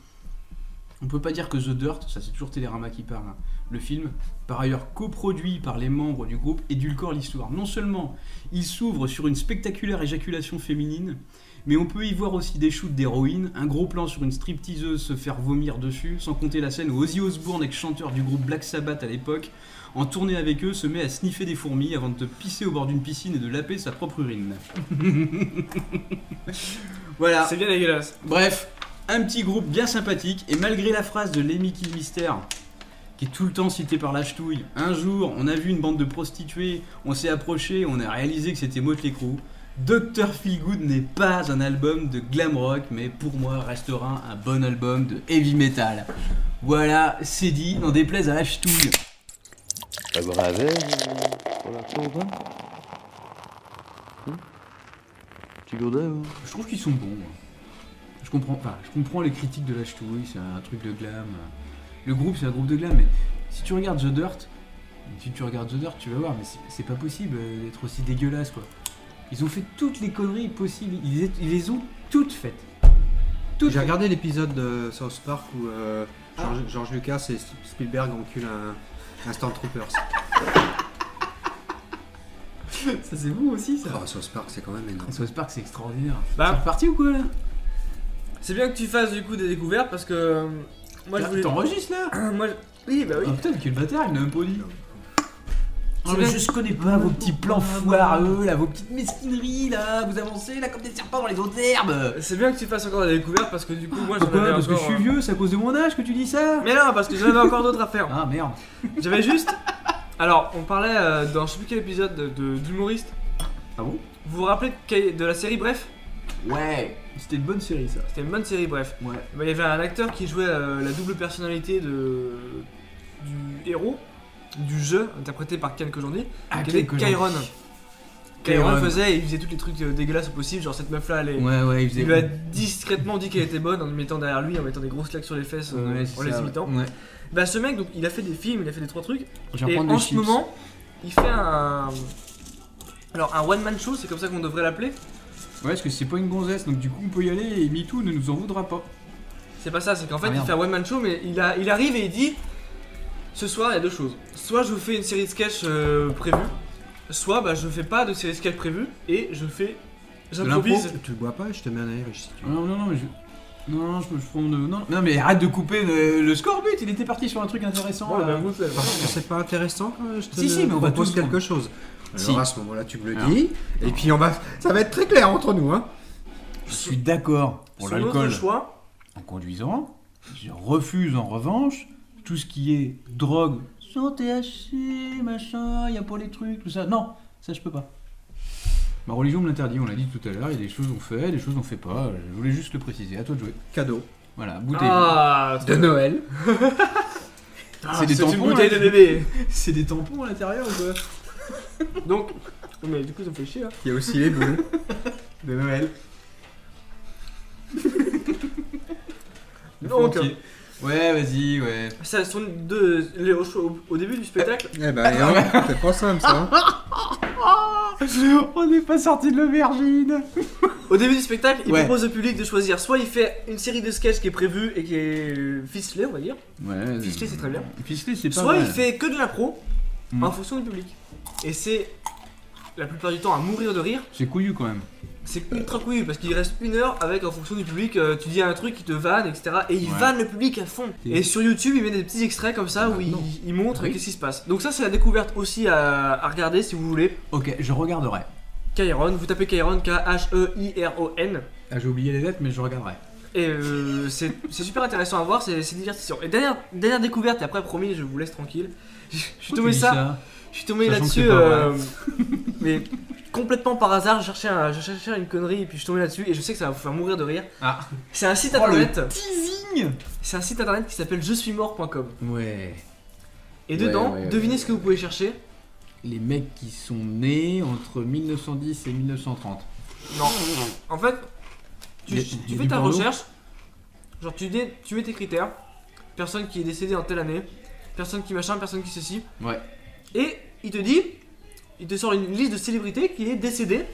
On peut pas dire que The Dirt, ça c'est toujours Télérama qui parle, hein, le film, par ailleurs coproduit par les membres du groupe, édulcore l'histoire. Non seulement il s'ouvre sur une spectaculaire éjaculation féminine, mais on peut y voir aussi des shoots d'héroïne, un gros plan sur une stripteaseuse se faire vomir dessus, sans compter la scène où Ozzy Osbourne, ex-chanteur du groupe Black Sabbath à l'époque, en tournée avec eux, se met à sniffer des fourmis avant de te pisser au bord d'une piscine et de laper sa propre urine. voilà. C'est bien dégueulasse. Bref, un petit groupe bien sympathique, et malgré la phrase de Lemmy Kilmister, qui est tout le temps citée par la ch'touille, un jour on a vu une bande de prostituées, on s'est approché, on a réalisé que c'était Motley Crue. Dr. Feelgood n'est pas un album de glam rock, mais pour moi restera un bon album de heavy metal. Voilà, c'est dit, n'en déplaise à la ch'touille. Je trouve qu'ils sont bons. moi. Je comprends pas. Je comprends les critiques de la ch'touille, c'est un truc de glam. Le groupe, c'est un groupe de glam, mais si tu regardes The Dirt, si tu regardes The Dirt, tu vas voir, mais c'est- c'est pas possible euh, d'être aussi dégueulasse, quoi. Ils ont fait toutes les conneries possibles. Ils, les- ils les ont toutes faites. Toutes J'ai faites. regardé l'épisode de South Park où euh, George, Ah. George Lucas et Spielberg enculent un, un Stormtrooper. Ça, c'est vous aussi, ça. Oh, South Park, c'est quand même énorme. South Park, c'est extraordinaire. Bah. c'est reparti ou quoi, là C'est bien que tu fasses du coup des découvertes parce que. euh, Moi je Là, voulais. T'enregistres, là Moi je- Oui, bah oui. Ah, putain, mais quel bâtard, il n'a même pas dit. C'est vrai. Ah, je connais pas vos petits plans foireux, là, vos petites mesquineries, là, vous avancez, là, comme des serpents dans les autres herbes. Euh, C'est bien que tu fasses encore des découvertes parce que du coup, moi j'en avais Pourquoi Parce que je encore, suis euh, vieux, c'est à cause de mon âge que tu dis ça Mais non, parce que j'en avais encore d'autres à faire. Ah merde. J'avais juste. Alors, on parlait euh, dans je sais plus quel épisode de- de- d'humoriste. Ah bon Vous vous rappelez de quel- de la série Bref Ouais, c'était une bonne série, ça. C'était une bonne série, Bref. Ouais. Eh ben, Il y avait un acteur qui jouait euh, la double personnalité de du héros du jeu interprété par Ken Kojandi. Ah, Quel est quelque Kyron chose. Kyron Kyron. faisait, il faisait tous les trucs euh, dégueulasses possibles, genre cette meuf là elle est- Ouais, ouais, il Il lui a faisait. discrètement dit qu'elle était bonne en le mettant derrière lui, en mettant des grosses claques sur les fesses, euh, Ouais, c'est en les ça, imitant. Ouais. Bah ce mec, donc, il a fait des films, il a fait des trois trucs, Je vais et reprendre en des ce chips. moment, il fait un. Alors, un one-man show, c'est comme ça qu'on devrait l'appeler. Ouais, parce que c'est pas une gonzesse, donc du coup on peut y aller et MeToo ne nous en voudra pas. C'est pas ça, c'est qu'en Ah, fait il merde. fait un one man show mais il, a, il arrive et il dit Ce soir il y a deux choses. Soit je vous fais une série de sketchs euh, prévus, soit bah, je fais pas de série de sketchs prévus et je fais. De l'impro. J'improvise. Tu le bois pas, je te mets un air si tu veux. Non, non, non, mais je. Non, non, je, je prends de- Non, non, mais arrête de couper le, le score but, il était parti sur un truc intéressant. Bon, là. bah, vous, c'est- Parce que c'est pas intéressant quand je te Si, si, mais on va propose tous quelque prendre. chose. Alors Si. Ah. à ce moment-là, tu me le Alors. dis, et puis on va, ça va être très clair entre nous. Hein. Je suis d'accord pour Son autre l'alcool choix, en conduisant. Je refuse en revanche tout ce qui est drogue, sans THC, machin, il y a pas les trucs, tout ça. Non, ça je peux pas. Ma religion me l'interdit, on l'a dit tout à l'heure, il y a des choses qu'on fait, des choses qu'on fait pas. Je voulais juste le préciser, à toi de jouer. Cadeau Voilà, bouteille. ah, de Noël. ah, c'est des une tampons, bouteille là. de bébé. C'est des tampons à l'intérieur ou quoi Donc, non, Oh, mais du coup ça me fait chier hein. là. Il y a aussi les boules De Noël. Donc, Ouais, vas-y, ouais. ça sont deux, les- au, au- au début du spectacle, Eh ben, et ouais, c'est pas simple ça. hein. On n'est pas sorti de l'aubergine Au début du spectacle, il Ouais. propose au public de choisir soit il fait une série de sketchs qui est prévue et qui est euh, ficelée, on va dire, Ouais, Ficelé, c'est très bien. Ficelé, c'est pas soit il mal. fait que de l'impro Mm. en fonction du public. Et c'est la plupart du temps à mourir de rire. C'est couillu quand même. C'est ultra couillu parce qu'il reste une heure avec en fonction du public. euh, tu dis un truc, il te vanne, etc. Et il Ouais. vanne le public à fond. Et- Ah Et sur YouTube, il met des petits extraits comme ça où il, il montre Oui. qu'est-ce qui se passe. Donc, ça, c'est la découverte aussi à, à regarder si vous voulez. Ok, je regarderai. Kairon, vous tapez Kairon, E K-H-E-I-R-O-N. Ah, j'ai oublié les lettres, mais je regarderai. Et euh, c'est c'est super intéressant à voir, c'est c'est divertissant. Et dernière, dernière découverte, et après, promis, je vous laisse tranquille. Je suis tombé, ça, je suis tombé Sachant que là-dessus, c'est pas euh, mais complètement par hasard, je cherchais, un- je cherchais une connerie, et puis je suis tombé là-dessus, et je sais que ça va vous faire mourir de rire. Ah. C'est un site Oh, le internet, Teasing c'est un site internet qui s'appelle je suis mort.com. Ouais. Et Ouais, dedans, ouais, devinez ouais. ce que vous pouvez chercher. Les mecs qui sont nés entre 1910 et 1930. Non. En fait, tu, Il y a- tu il y a fais du ta porno recherche, genre tu, dé- tu mets tes critères, personne qui est décédée en telle année, personne qui machin, personne qui ceci. Ouais. Et il te dit, il te sort une liste de célébrités qui est décédée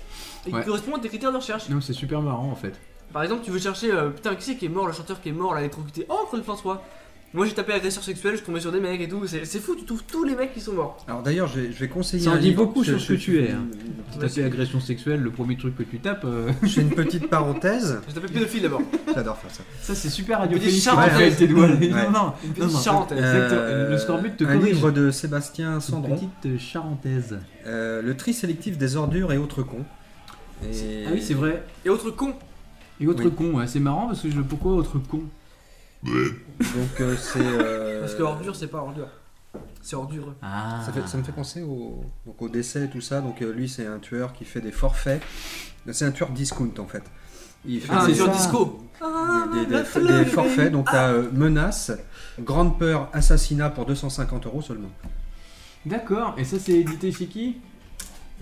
et Ouais. qui correspond à tes critères de recherche. Non, c'est super marrant en fait. Par exemple, tu veux chercher, euh, putain, qui c'est qui est mort, le chanteur qui est mort, l'électrocuté Oh, Claude François Moi j'ai tapé agresseur sexuel, je tombais sur des mecs et tout, c'est c'est fou, tu trouves tous les mecs qui sont morts. Alors d'ailleurs, je vais, je vais conseiller. Ça en un dit livre. beaucoup Je- sur je- ce que je- tu es, hein. je- Si t'as fait agression sexuelle, le premier truc que tu tapes. euh, Je fais une petite parenthèse. J'ai tapé pédophile d'abord. J'adore faire ça. Ça, c'est super Des radiophonique. charentes. Ouais, avec tes doigts. Ouais. Non, non. Une Non, petite non, charentaine. Exactement. Le scorbut te Euh, Un corrige. livre de Sébastien Une Sandron. petite charentaise. Euh, le tri sélectif des ordures et autres cons. Et- Ah oui, c'est vrai. Et autre con, Et autre Oui. con, ouais, c'est marrant parce que je. Pourquoi autre con Donc euh, c'est. euh, parce que ordure c'est pas ordure. C'est ordure. Ah. Ça, fait- ça me fait penser au, donc au décès et tout ça. Donc euh, lui, c'est un tueur qui fait des forfaits. C'est un tueur discount en fait. Il fait Ah, des, c'est sur ça. disco. Ah, des- des- des- des forfaits. Donc t'as euh, menace, grande peur, assassinat pour 250 euros seulement. D'accord. Et ça, c'est édité chez qui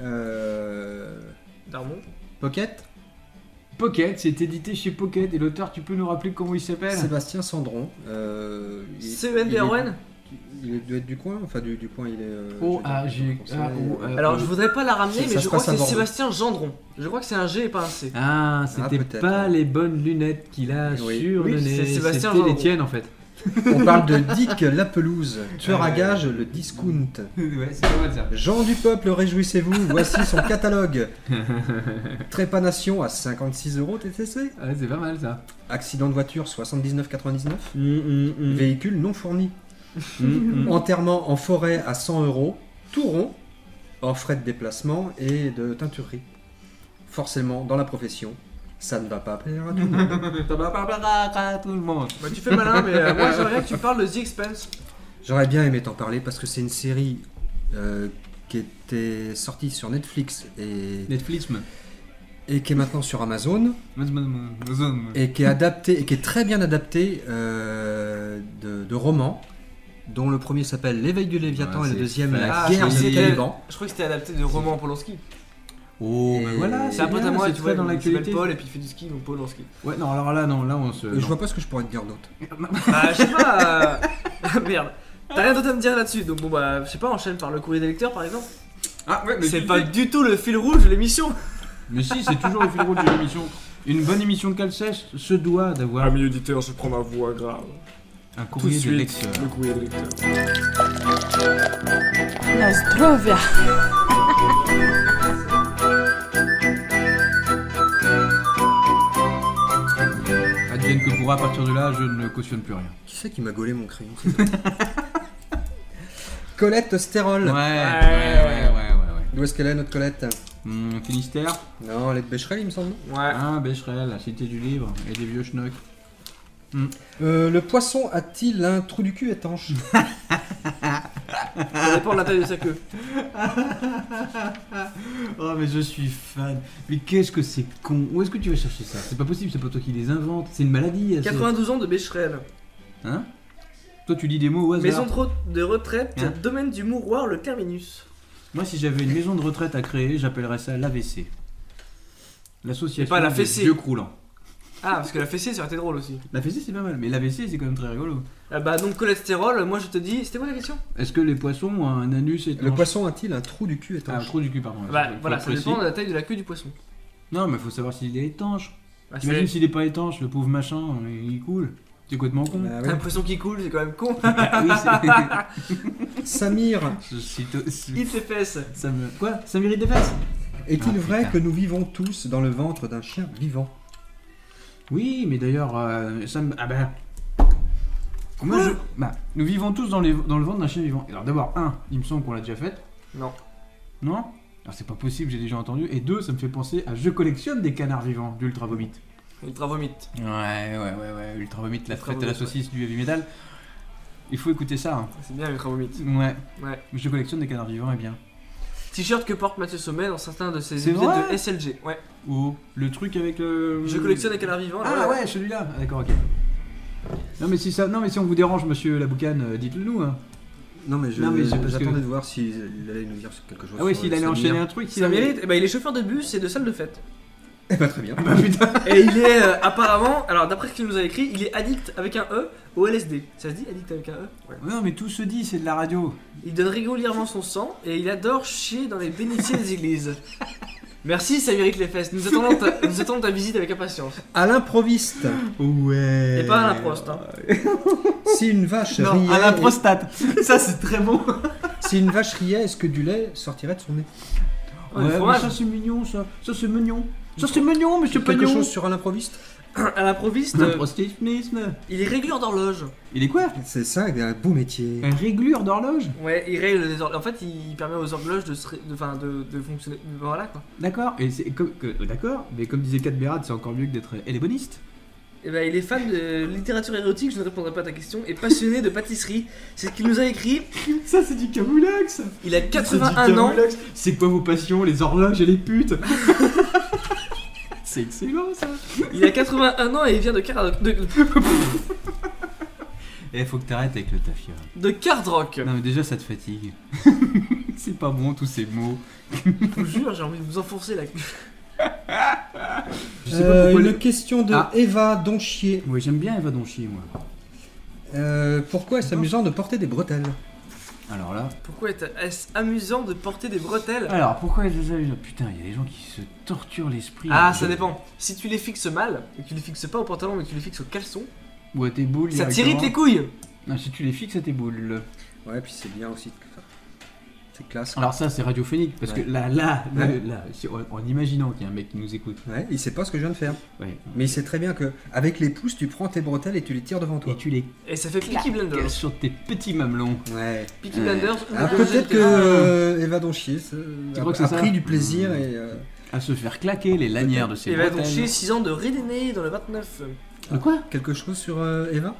Euh, Darmon. Pocket Pocket. C'est édité chez Pocket. Et l'auteur, tu peux nous rappeler comment il s'appelle Sébastien Sandron. Euh, il- il est- CENDRON. Il est- doit être du coin, enfin du, du coin, il est. euh, O A j'ai G dit, A O euh, A. Alors je voudrais pas la ramener, Ça mais se je crois passe que à c'est Bordeaux. Sébastien Gendron. Je crois que c'est un G et pas un C. Ah, c'était peut-être, pas ouais. les bonnes lunettes qu'il a Oui. sur Oui, le nez. c'est Sébastien C'était les Gendron. tiennes en fait. On parle de Dick Lapelouse, tueur à Ouais. gages, le discount. ouais, c'est pas mal ça. Jean du peuple, réjouissez-vous, voici son catalogue. Trépanation à 56 euros TTC. Ouais, c'est pas mal ça. Accident de voiture 79,99. Mm, mm, Véhicule non fourni. mm. Mm, mm. Enterrement en forêt à 100 euros. Tout rond, hors frais de déplacement et de teinturerie. Forcément, dans la profession, ça ne va pas plaire à tout le monde. Ça va pas plaire à tout le monde. Bah tu fais malin, mais euh, moi j'aimerais bien que tu parles de The Expense. J'aurais bien aimé t'en parler parce que c'est une série euh, qui était sortie sur Netflix et, Netflix, man. et qui est maintenant sur Amazon Man, man, man, man, man. et qui est adaptée et qui est très bien adaptée euh, de, de romans dont le premier s'appelle L'éveil du Léviathan Ouais, et le c'est deuxième La Ah, guerre je des sais talibans. Je crois que c'était adapté de roman Polanski. Oh, Et- ben voilà. C'est un pote à bien, moi, c'est tu vois, très dans il s'appelle l'actualité. Paul et puis il fait du ski, donc Polanski. Ouais, non, alors là, non, là, on se. Euh, Je vois pas ce que je pourrais te dire d'autre. Bah je sais pas. euh, ah, Merde. T'as rien d'autre à me dire là-dessus, donc bon bah je sais pas, enchaîne par le courrier des lecteurs par exemple. Ah, ouais, C'est pas du tout le fil rouge de l'émission. Mais si, c'est toujours le fil rouge de l'émission. Une bonne émission de calcèche se doit d'avoir Amis auditeurs, je prends ma voix grave. un Tout de courrier de euh, suite, lecteur. le courrier de lecteur. Nostrovia. Advienne que pourra, à partir de là, je ne cautionne plus rien. Qui c'est qui m'a gaulé mon crayon c'est toi. Colette Stérol. Ouais, ouais, ouais, ouais, ouais. ouais. D'où est-ce qu'elle est notre Colette Hum, Finistère Non, elle est de Becherel, il me semble. Ouais. Ah, Becherel, la cité du livre et des vieux schnocks. Euh, le poisson a-t-il un trou du cul étanche Ça dépend de la taille de sa queue. Oh, mais je suis fan. Mais qu'est-ce que c'est con. Où est-ce que tu vas chercher ça C'est pas possible, c'est pas toi qui les inventes. C'est une maladie. c'est- 92 ans de Becherel. Hein Toi, tu dis des mots au hasard. Maison de re- de retraite, Hein domaine du mouroir, le terminus. Moi, si j'avais une maison de retraite à créer, j'appellerais ça l'AVC. L'association Mais pas la des fessée. vieux croulants. Ah, parce que la fessée, ça aurait été drôle aussi. L'AVC, c'est pas mal, mais l'AVC, c'est quand même très rigolo. Ah bah, donc cholestérol, moi je te dis. C'était quoi la question Est-ce que les poissons ont un anus étanche Le poisson a-t-il un trou du cul Ah, un étanche trou du cul, pardon. Bah, Faut voilà, être ça précis. dépend de la taille de la queue du poisson. Non, mais faut savoir s'il est étanche. Bah, c'est- T'imagines s'il est pas étanche, le pauvre machin, il coule. C'est complètement con. Bah T'as ouais. l'impression qu'il coule, c'est quand même con. Oui, c'est- Samir, Je cite aussi- Il ses fesses. Ça me... Quoi Ça mérite des fesses est-il Ah, vrai putain. que nous vivons tous dans le ventre d'un chien vivant Oui, mais d'ailleurs, euh, ça me... Ah ben... Moi, je... Bah, nous vivons tous dans, les... dans le ventre d'un chien vivant. Alors d'abord, un, il me semble qu'on l'a déjà fait. Non. Non Alors c'est pas possible, j'ai déjà entendu. Et deux, ça me fait penser à Je collectionne des canards vivants d'Ultra Vomit. Ultra vomite. Ouais, ouais, ouais, ouais. Ultra Vomit, la Ultra traite à la Vomit, ouais. saucisse du heavy metal. Il faut écouter ça. hein. C'est bien, ultra vomite. Ouais. Ouais. Je collectionne des canards vivants, et bien. T-shirt que porte Mathieu Sommet dans certains de ses C'est épisodes vrai de SLG. Ouais. Oh, le truc avec le... Je collectionne les canards vivants. Ah ouais, celui-là. Ah, D'accord, ok. Non mais si ça, non mais si on vous dérange, Monsieur la boucane, euh, dites-le nous. Hein. Non mais je- Non, mais c'est parce j'attendais que- de voir s'il allait nous dire quelque chose. Ah oui, sur s'il le allait Samir. enchaîner un truc, s'il Ça avait. mérite. Eh ben, il est chauffeur de bus et de salle de fête. Eh ben très bien. Bah putain. Et il est euh, apparemment, alors d'après ce qu'il nous a écrit, il est addict avec un E au LSD. Ça se dit addict avec un E Ouais. Non mais tout se dit, c'est de la radio. Il donne régulièrement son sang et il adore chier dans les bénitiers des églises. Merci, ça mérite les fesses. Nous attendons ta, nous attendons ta visite avec impatience. À l'improviste, Ouais. Et pas à la prost. hein. si une vache Non, riait, à la prostate. ça c'est très bon. si une vache riait, est-ce que du lait sortirait de son nez Ouais, le fromage. ça c'est mignon, ça. Ça c'est mignon. Ça c'est mignon, Monsieur Quelque Pagnon. chose sur à l'improviste À l'improviste, Le euh, prostitutionnisme. il est réglure d'horloge. Il est quoi C'est ça, un beau métier. Un réglure d'horloge. Ouais, il règle les hor- En fait, il permet aux horloges de, se ré- de, enfin, de, de fonctionner. Voilà quoi. D'accord. Et c'est comme que- euh, d'accord, mais comme disait Kat Bérad, c'est encore mieux que d'être héléboniste. Et ben, il est fan de littérature érotique, je ne répondrai pas à ta question, et passionné de pâtisserie. C'est ce qu'il nous a écrit. Ça c'est du camoulax. Il a C'est 81 du ans. Camoulox. C'est quoi vos passions Les horloges et les putes C'est excellent ça Il a 81 ans et il vient de Cardrock. De, Eh, faut que t'arrêtes avec le tafia. de Cardrock. Non mais déjà ça te fatigue. c'est pas bon tous ces mots. Je vous jure, j'ai envie de vous enfoncer la queue. Je sais pas Euh, pourquoi... une les- question de Ah. Eva Donchier. Ouais, j'aime bien Eva Donchi moi. Euh, pourquoi Ah. est-ce amusant de porter des bretelles Alors là... Pourquoi est- est-ce amusant de porter des bretelles Alors pourquoi les gens... Putain, il y a des gens qui se torturent l'esprit. Ah, hein. ça dépend. Si tu les fixes mal, et que tu les fixes pas au pantalon, mais que tu les fixes au caleçon, Ou à tes boules. ça t'irrite directement. les couilles. Non, si tu les fixes à tes boules. Ouais, puis c'est bien aussi. enfin, C'est classe. Alors ça c'est radiophonique parce Ouais. que là, là, là, Ouais. là, si- en, en imaginant qu'il y a un mec qui nous écoute. Ouais, il sait pas ce que je viens de faire. Ouais. Mais il sait très bien que avec les pouces, tu prends tes bretelles et tu les tires devant Et toi. tu les Et ça fait Peaky casses Blinders. sur tes petits mamelons. Ouais. Peaky Ouais. Blinders. Ah, ou- peut-être que euh, Eva Donchier euh, Tu a, crois que c'est a ça Hmm. pris du plaisir et. euh, à se faire claquer les lanières de ses Et bah donc bretelles. j'ai 6 ans de Redéné dans le 29. De quoi Quelque chose sur euh, Eva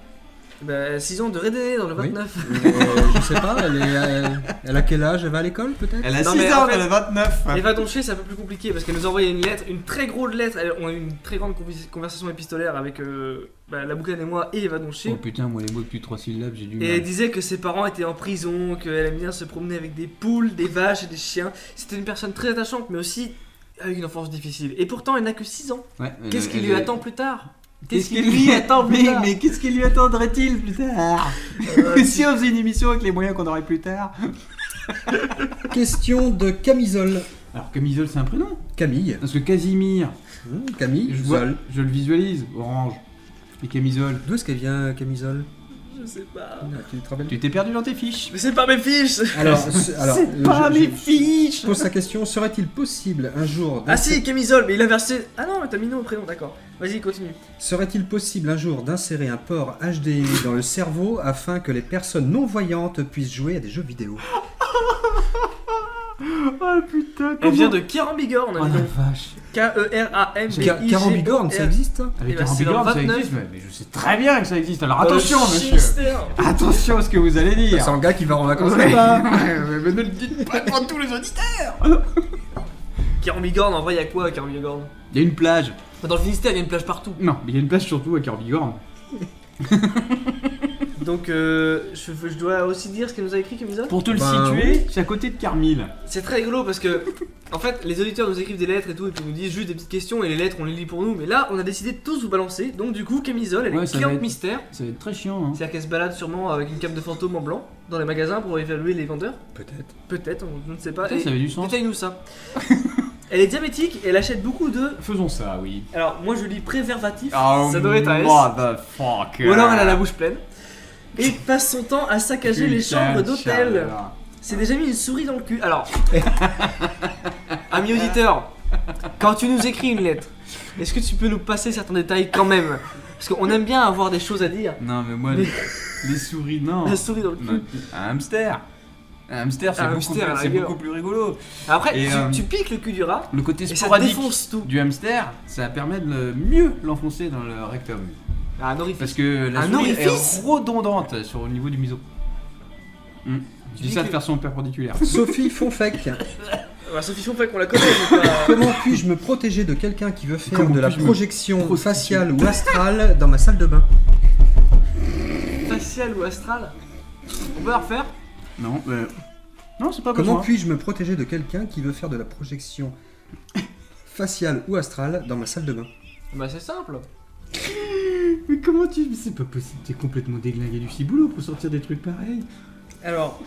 Bah 6 ans de Redéné dans le Oui. 29. Euh, Je sais pas, elle, est, euh, elle a quel âge Elle va à l'école peut-être Elle a Non, 6 mais ans, en fait- elle a 29. Et va Doncher, c'est un peu plus compliqué parce qu'elle nous a envoyé une lettre, une très grosse lettre. Elle- on a eu une très grande convi- conversation épistolaire avec euh, bah, la boucane et moi et Eva Doncher. Oh putain, moi les mots depuis 3 syllabes, j'ai du Et elle mal. disait que ses parents étaient en prison, qu'elle aime bien se promener avec des poules, des vaches et des chiens. C'était une personne très attachante, mais aussi avec une enfance difficile. Et pourtant, elle n'a que 6 ans. Ouais, elle- Qu'est-ce qui elle- lui attend plus tard Qu'est-ce qui lui attend Ah, plus mais, tard mais qu'est-ce qui lui attendrait-il plus tard Euh, Si on faisait une émission avec les moyens qu'on aurait plus tard. Question de camisole. Alors camisole c'est un prénom Camille. Parce que Casimir, Hum, Camille, je, vois- Zol. je le visualise, orange. Et camisole. D'où est-ce qu'elle vient, Camisole Je sais pas. Ah, Tu te rappelles Tu t'es perdu dans tes fiches. Mais c'est pas mes fiches Alors, ce- alors, euh, C'est pas je- mes je- fiches je pose sa question serait-il possible un jour Ah d'insérer- si, Camisole, mais il a versé. Ah non, mais t'as mis non au prénom, d'accord. Vas-y, continue. Serait-il possible un jour d'insérer un port HDMI dans le cerveau afin que les personnes non voyantes puissent jouer à des jeux vidéo Ah, Oh putain, Elle vient de Kerambigorn, Oh la vache. E Car- K-E-R-A-M-B-I-G-O-R. E Carambigorne, ça existe hein ça Avec ben, un c'est dans Bigorne, ça 29. existe, mais mais je sais très bien que ça existe. Alors Dans le attention, monsieur. Chichester. Attention à ce que vous allez dire. C'est un gars qui va en vacances Ouais. là-bas. Ouais, mais ne le dites pas devant tous les auditeurs. Kerambigorn, en vrai, y'a quoi à Kerambigorn Il y a une plage. Dans le Finistère, y'a une plage partout. Non, mais il y a une plage surtout à Corbigorne. Donc, euh, je, je dois aussi dire ce qu'elle nous a écrit, Camisole Pour te le Ben, situer, c'est à côté de Carmille. C'est très rigolo parce que, en fait, les auditeurs nous écrivent des lettres et tout, et puis ils nous disent juste des petites questions, et les lettres on les lit pour nous. Mais là, on a décidé de tous vous balancer, donc du coup, Camisole, elle Ouais, est ça cliente va être- mystère. Ça va être très chiant, hein. C'est-à-dire qu'elle se balade sûrement avec une cape de fantôme en blanc dans les magasins pour évaluer les vendeurs. Peut-être. Peut-être, on- je ne sais pas. Putain, Et- ça avait du sens. Détaille-nous ça. elle est diabétique et elle achète beaucoup de. Faisons ça, oui. Alors, moi je lis préservatif, Oh, ça doit être un S. motherfucker. Ou alors elle a la bouche pleine. Et passe son temps à saccager les Putain, chambres d'hôtel. Charles. C'est déjà mis une souris dans le cul. Alors, ami auditeur, quand tu nous écris une lettre, est-ce que tu peux nous passer certains détails quand même Parce qu'on aime bien avoir des choses à dire. Non, mais moi, Mais- les, les souris, non. La souris dans le cul. Non, Un hamster. Un hamster, c'est Un beaucoup, hamster, à plus- la c'est rigueur. beaucoup plus rigolo. Après, Et, tu, euh, tu piques le cul du rat Le côté et ça sporadique défonce tout. du hamster, ça permet de le- mieux l'enfoncer dans le rectum. Ah, un orifice. Parce que la Un souris orifice est redondante sur le niveau du miso. Hmm. Je dis dis ça que- de façon perpendiculaire. Sophie Fonfec, Bah, Sophie Chonfray, qu'on la connaît, mais pas- comment puis-je me protéger de quelqu'un qui veut faire Comment de la puis-je me projection prostituer faciale ou astrale dans ma salle de bain facial ou astral On peut la refaire Non, mais... Non, c'est pas Comment besoin. puis-je me protéger de quelqu'un qui veut faire de la projection faciale ou astrale dans ma salle de bain Bah, c'est simple. Mais comment tu... mais C'est pas possible, t'es complètement déglingué du ciboulot pour sortir des trucs pareils. Alors,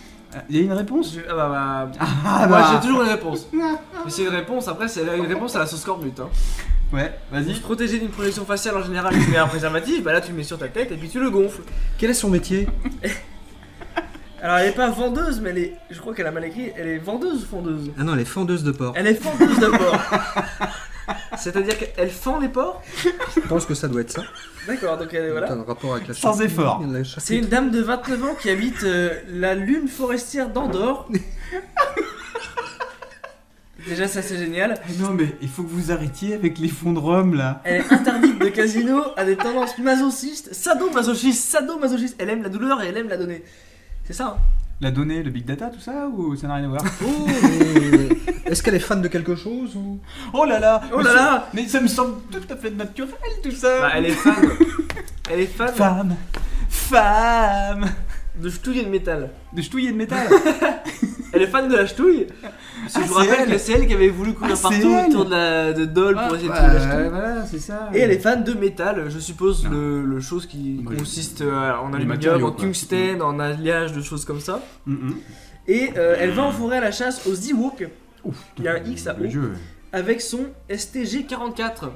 Il y a une réponse Je- Ah bah, bah, Ah Moi j'ai toujours une réponse. Mais c'est une réponse, après c'est une réponse à la sauce cornute. Hein. Ouais, Pour vas-y. se protéger d'une projection faciale en général, tu mets un préservatif, bah là tu le mets sur ta tête et puis tu le gonfles. Quel est son métier alors elle est pas vendeuse, mais elle est. Je crois qu'elle a mal écrit. Elle est vendeuse ou fondeuse Ah non, elle est fendeuse de porc. Elle est fondeuse d'abord. C'est-à-dire qu'elle fend les porcs Je pense que ça doit être ça. D'accord, donc elle est T'as voilà. un rapport avec la Sans charcuterie, effort. la C'est charcuterie. une dame de 29 ans qui habite euh, la lune forestière d'Andorre. Déjà, ça c'est génial. Eh Non mais il faut que vous arrêtiez avec les fonds de rhum là. Elle est interdite de casino, a des tendances masochistes, sadomasochiste, sadomasochiste. Elle aime la douleur et elle aime la donner. C'est ça, hein La donnée, le big data, tout ça ou ça n'a rien à voir Oh, mais- Est-ce qu'elle est fan de quelque chose ou... Oh là là Oh mais là ça- là Mais ça me semble tout à fait naturel tout ça. Bah elle est fan. Elle est fan Femme, femme, de ch'touille et de métal. de ch'touiller de métal. Elle est fan de la ch'touille. Parce que Ah, je vous c'est rappelle elle. que c'est elle qui avait voulu courir Ah, c'est partout elle. autour de, la, de Dole pour essayer de trouver la ch'touille. voilà, c'est ça. Et elle est fan de métal, je suppose, Non. le, le chose qui Oui. consiste euh, en Les aluminium, matériaux, en quoi. tungstène, en alliage de choses comme ça. Mhm. Et euh, elle va en forêt à la chasse aux Ewoks Ouf, Il y a un X à le haut. jeu. avec son STG 44.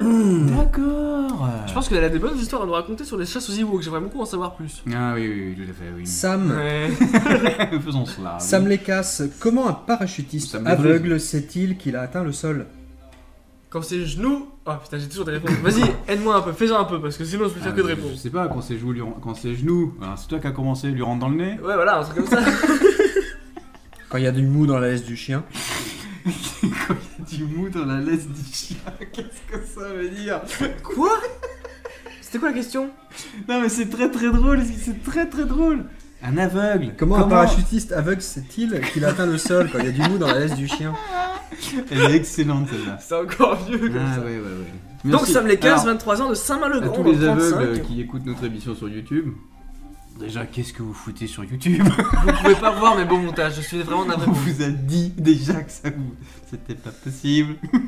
D'accord. Hmm. Je pense qu'elle a des bonnes histoires à nous raconter sur les chasses aux Ewoks, j'aimerais beaucoup en savoir plus. Ah oui, oui, oui, tout à fait, oui. Sam, Ouais. Faisons cela. oui. Sam Lécasse, comment un parachutiste Sam Lécasse. aveugle sait-il qu'il a atteint le sol Quand c'est genoux. Oh putain, j'ai toujours des réponses. Vas-y, aide-moi un peu, fais-en un peu, parce que sinon je peux Ah, faire que de je- Je réponses. sais pas, quand ses genoux, lui ren- quand ses genoux, hein, c'est toi qui as commencé, lui rentre dans le nez. Ouais, voilà, un truc comme ça. Quand il y a du mou dans la laisse du chien. du mou dans la laisse du chien, qu'est-ce que ça veut dire Quoi C'était quoi la question Non mais c'est très très drôle, c'est très très drôle. Un aveugle. Comment, un parachutiste aveugle sait-il qu'il a atteint le sol quand il y a du mou dans la laisse du chien Elle est excellente celle-là. C'est encore vieux comme Ah ça. ouais ouais ouais. Donc Merci. Sam les 15, Alors, 23 ans de à Saint-Malo-Grand, tous dans le les 35. aveugles qui écoutent notre émission sur YouTube. Déjà, qu'est-ce que vous foutez sur YouTube Vous pouvez pas voir mes beaux montages, je suis vraiment navré. On vous a dit déjà que ça vous... c'était pas possible.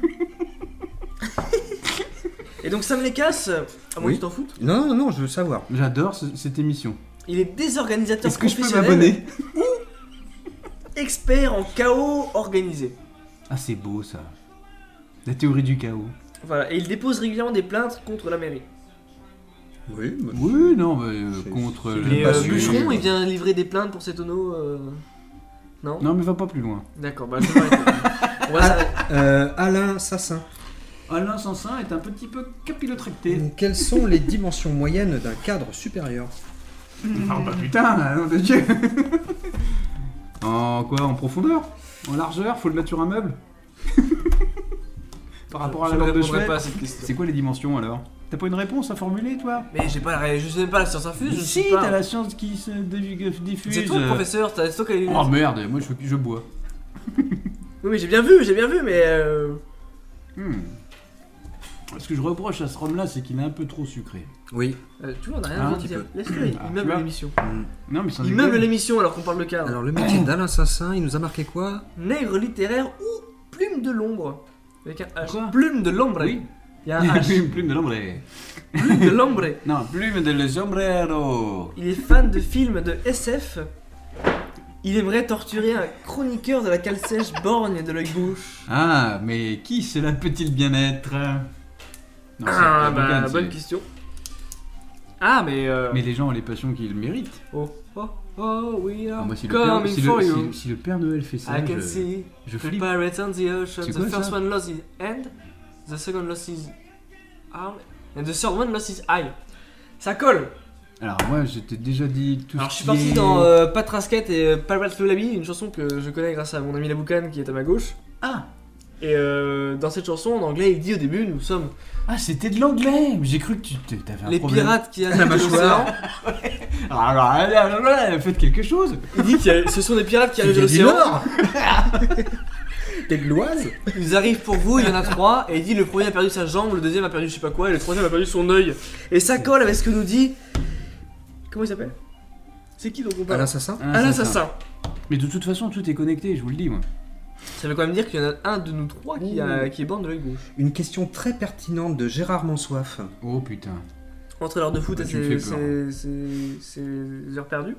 Et donc Sam les casse, à moins Oui. que tu t'en foutes, Non, non, non, je veux savoir. J'adore ce- cette émission. il est désorganisateur Est-ce que je peux professionnel, m'abonner expert en chaos organisé. Ah, c'est beau ça. La théorie du chaos. Voilà, et il dépose régulièrement des plaintes contre la mairie. Oui, mais- Oui, non, mais euh, Bah, C'est- contre. c'est le- Et pas euh, sûr. Bûcheron, il vient livrer des plaintes pour ses tonneaux. euh, Non, Non, mais va pas plus loin. D'accord, bah je vais m'arrêter. On va s'arrêter. Euh, Alain Sassin. Alain Sansin est un petit peu capillotracté. Quelles sont les dimensions moyennes d'un cadre supérieur Ah bah putain, nom de Dieu En quoi En profondeur En largeur Faut le mettre sur un meuble Par rapport à Je ne la lampe de répondrai chevet pas à cette question. C'est quoi les dimensions alors T'as pas une réponse à formuler toi Mais j'ai pas la ré- je sais même pas la science infuse, je Si, sais t'as pas. la science qui se dé- diffuse. euh. C'est toi le professeur, t'as- c'est toi qui as- Oh merde, moi je, je bois. Oui, mais j'ai bien vu, j'ai bien vu, mais. euh, Hmm. Ce que je reproche à ce rhum là, c'est qu'il est un peu trop sucré. Oui. euh, tu vois, on a rien Ah, à un petit dire. Laisse-le, il Ah, tu meuble vois. l'émission. Non mais sans Il déconner. meuble l'émission alors qu'on parle de cadre. Alors le métier d'Alain Sassin, il nous a marqué quoi Nègre littéraire ou plume de l'ombre. Avec un H. Quoi plume de l'ombre. Oui. Il y a un H. plume de l'ombre. plume de l'ombre. Non, plume de sombrero. Il est fan de films de SF. Il aimerait torturer un chroniqueur de la cale sèche borgne de l'œil gauche. Ah, mais qui cela peut-il bien être Non, c'est Ah, pas bah, Logan, c'est- bonne question. Ah, mais. euh, Mais les gens ont les passions qu'ils méritent. Oh, oh, oh, we are Ah, moi, si le, père, coming si, for le, si, you. le- si le Père Noël fait ça, I can je, see je The flippe. pirate on the ocean. C'est The quoi, first ça one lost his hand, the second lost his arm, and the third one lost his eye. Ça colle. Alors, moi, je t'ai déjà dit tout Alors je ce suis qui parti est- dans. euh, Euh, Pat Rasquette et euh, Palmat Lolami, une chanson que je connais grâce à mon ami Laboucan qui est à ma gauche. Ah, Et euh, dans cette chanson, en anglais, il dit au début Nous sommes ah c'était de l'anglais J'ai cru que tu t- t'avais un les problème. pirates qui arrivent de l'océan. Alors, alors, allez, alors, là, faites quelque chose Il dit que ce sont des pirates qui arrivent de T'es du l'océan. Nord T'es de l'Oise Ils arrivent pour vous, il y en a trois. Et il dit Le premier a perdu sa jambe, le deuxième a perdu je sais pas quoi, et le troisième a perdu son œil. Et ça colle avec ce que nous dit. Comment il s'appelle C'est qui donc on parle Alain Sassin Ah, Alain c'est ça. Sassin. Mais de toute façon, tout est connecté, je vous le dis, moi. Ça veut quand même dire qu'il y en a un de nous trois qui, a- qui est borne de l'œil gauche. Une question très pertinente de Gérard Mansoif. Oh putain. Entraîneur de foot Bah, à tu me ses, fais peur. ses- ses- ses heures perdues.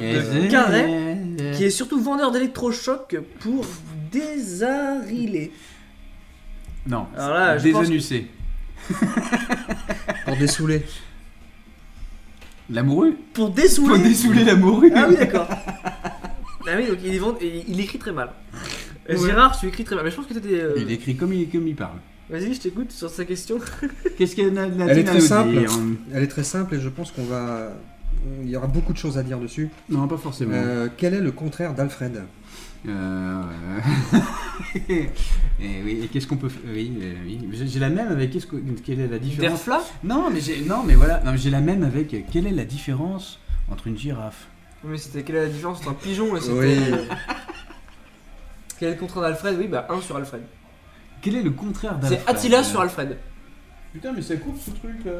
Eh, Carré, eh, qui est surtout vendeur d'électrochocs pour désariler. Non, Alors là, je pense désanucé. Pour dessouler. La morue pour Faut désouler. dessouler la morue Ah oui, d'accord. ah oui, donc il, est vend- et il écrit très mal. Euh, Gérard, tu écris très mal. Mais je pense que t'étais. euh, Il écrit comme il, comme il parle. Vas-y, je t'écoute sur sa question. Qu'est-ce qu'elle a Nadine Elle est a très nous simple. dire Elle est très simple et je pense qu'on va... Il y aura beaucoup de choses à dire dessus. Non, pas forcément. Euh, quel est le contraire d'Alfred Euh, et oui, et qu'est-ce qu'on peut faire Oui, euh, oui. J'ai- j'ai la même avec qu'est-ce que- quelle est la différence Derfla Non, mais j'ai non, mais voilà, non, mais j'ai la même avec euh, quelle est la différence entre une girafe Mais c'était quelle est la différence entre un pigeon et c'était. Oui. Quel est le contrat d'Alfred Oui, bah 1 sur Alfred. Quel est le contraire d'Alfred C'est Attila sur Alfred. Putain, mais ça coupe ce truc là.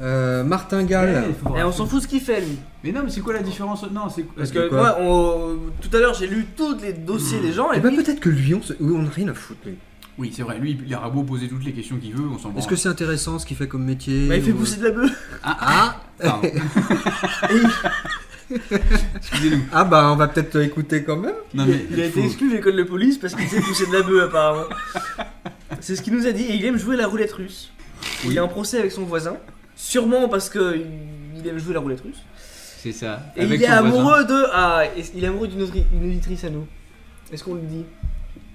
Euh, Martingale. Et Eh, on s'en fout ce qu'il fait, lui. Eh, Mais non, mais c'est quoi la différence Non, c'est Parce que que quoi moi, on- tout à l'heure, j'ai lu tous les dossiers des gens et Eh ben, lui, peut-être que lui, on se- oui, on n'a rien à foutre. lui. Oui, c'est vrai. Lui, il aura beau poser toutes les questions qu'il veut, on s'en branle. Est-ce que c'est intéressant ce qu'il fait comme métier bah, il fait ou- pousser de la bœuf. Ah, ah pardon. Excusez-nous. Ah bah on va peut-être écouter quand même. Non Il a- mais il a été faut- exclu de l'école de police parce qu'il sait pousser de la bœuf, apparemment. C'est ce qu'il nous a dit et il aime jouer la roulette russe. Il est en procès avec son voisin, sûrement parce que il il aime jouer la roulette russe. c'est ça. Et Avec il est son voisin. amoureux de. Ah, et- il est amoureux d'une audri- une auditrice à nous. Est-ce qu'on le dit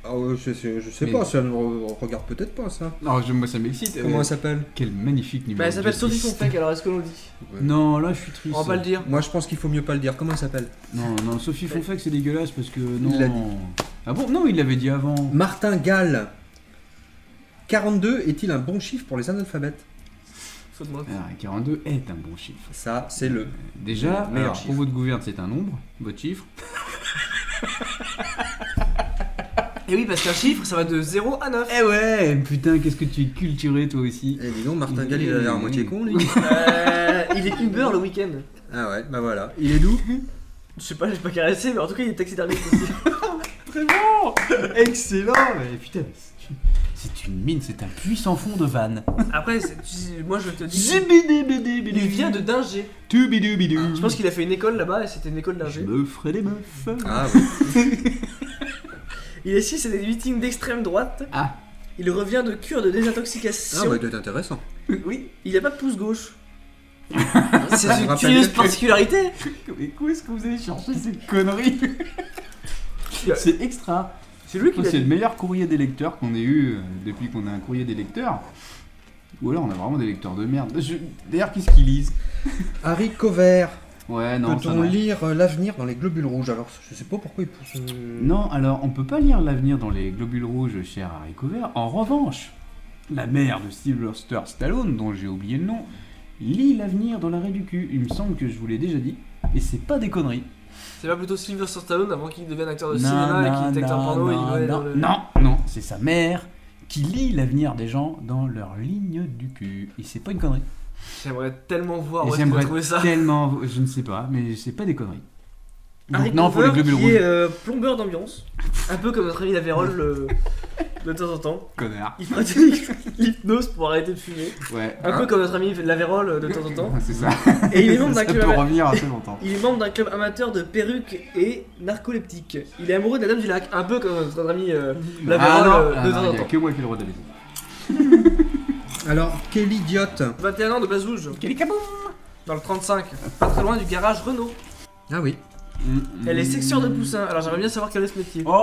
Ah ouais, je sais, je sais Mais- Euh, pas, ça ne re- regarde peut-être pas ça. Non, je- moi ça m'excite. Comment Euh, elle s'appelle Quel magnifique numéro. Bah, elle s'appelle de Sophie triste. Fonfec, alors est-ce que l'on le dit Non, là je suis triste. On va pas le dire. Moi je pense qu'il faut mieux pas le dire. Comment elle s'appelle Non, non, Sophie Fonfec c'est dégueulasse parce que non. l'a Ah bon Non, il l'avait dit avant. Martingale. 42 est-il un bon chiffre pour les analphabètes Faut demander. Alors, 42 Ah, est un bon chiffre. Ça, c'est le. Déjà, Le meilleur alors, chiffre. pour votre gouverne c'est un nombre, votre chiffre. Et oui, parce qu'un chiffre, ça va de 0 à 9. Eh ouais, putain, qu'est-ce que tu es culturé toi aussi. Eh dis donc, Martingale il a l'air à moitié con lui. Eh. Euh, il est Uber le week-end. Ah ouais, bah voilà. Il est d'où Je sais pas, j'ai pas caressé, mais en tout cas, il est taxidermiste aussi. Très bon Excellent mais Putain, mais c'est une- c'est une mine, c'est un puissant fond de vanne. Après, c'est- tu- moi je te dis. Il Il vient de Dinger. Ah, Je pense qu'il a fait une école là-bas et c'était une école Je d'Inger. me ferai des meufs. Ah oui. Il est 6 à des meetings d'extrême droite. Ah. Il revient de cure de Ah, désintoxication. bah, doit être intéressant. Oui, il a pas de pouce gauche. Ça me rappelle- Curieuse particularité Mais où est-ce que vous allez chercher ces conneries C'est extra. C'est lui qui l'a C'est le dit. meilleur courrier des lecteurs qu'on ait eu euh, depuis qu'on a un courrier des lecteurs. Ou alors on a vraiment des lecteurs de merde. Je- D'ailleurs, qu'est-ce qu'ils lisent Harry Covert. Ouais, non, ça non. Peut-on lire euh, l'avenir dans les globules rouges Alors, je sais pas pourquoi il pousse. euh, Non, alors on peut pas lire l'avenir dans les globules rouges, cher Harry Cover. En revanche, la mère de Sylvester Stallone, dont j'ai oublié le nom, lit l'avenir dans l'arrêt du cul. Il me semble que je vous l'ai déjà dit. Et c'est pas des conneries. C'est pas plutôt Sylvester Stallone avant qu'il devienne acteur de Non, cinéma non, et qu'il est acteur non, porno et qu'il non, doit aller non, dans le- non, non, c'est sa mère qui lit l'avenir des gens dans leur ligne du cul. Et c'est pas une connerie. J'aimerais tellement Oh, voir Et où est-ce qu'on va j'aimerais trouver ça. tellement, je ne sais pas, mais c'est pas des conneries. Donc Harry non, faut les Cooper, globules qui rouges. est euh, plombeur d'ambiance. Un peu comme notre ami Laverol le- de temps en temps. Connard. Il pratique l'hypnose pour arrêter de fumer. Ouais. Un peu comme notre ami Laverol de temps en temps. C'est ça. Et Ah, il est membre ça d'un peut club ama- revenir assez longtemps. Il est membre d'un club amateur de perruques et narcoleptiques. Il est amoureux de la dame du lac, un peu comme notre ami euh, Ah Laverol non, euh, de ah non, temps en il y a temps. que moi qui le redavise. Alors, quel idiote 21 ans de Bazouge. Dans le 35, pas très loin du garage Renault. Ah oui. Mm, Elle est sexeur de poussins, alors j'aimerais bien savoir quel est ce métier. Oh,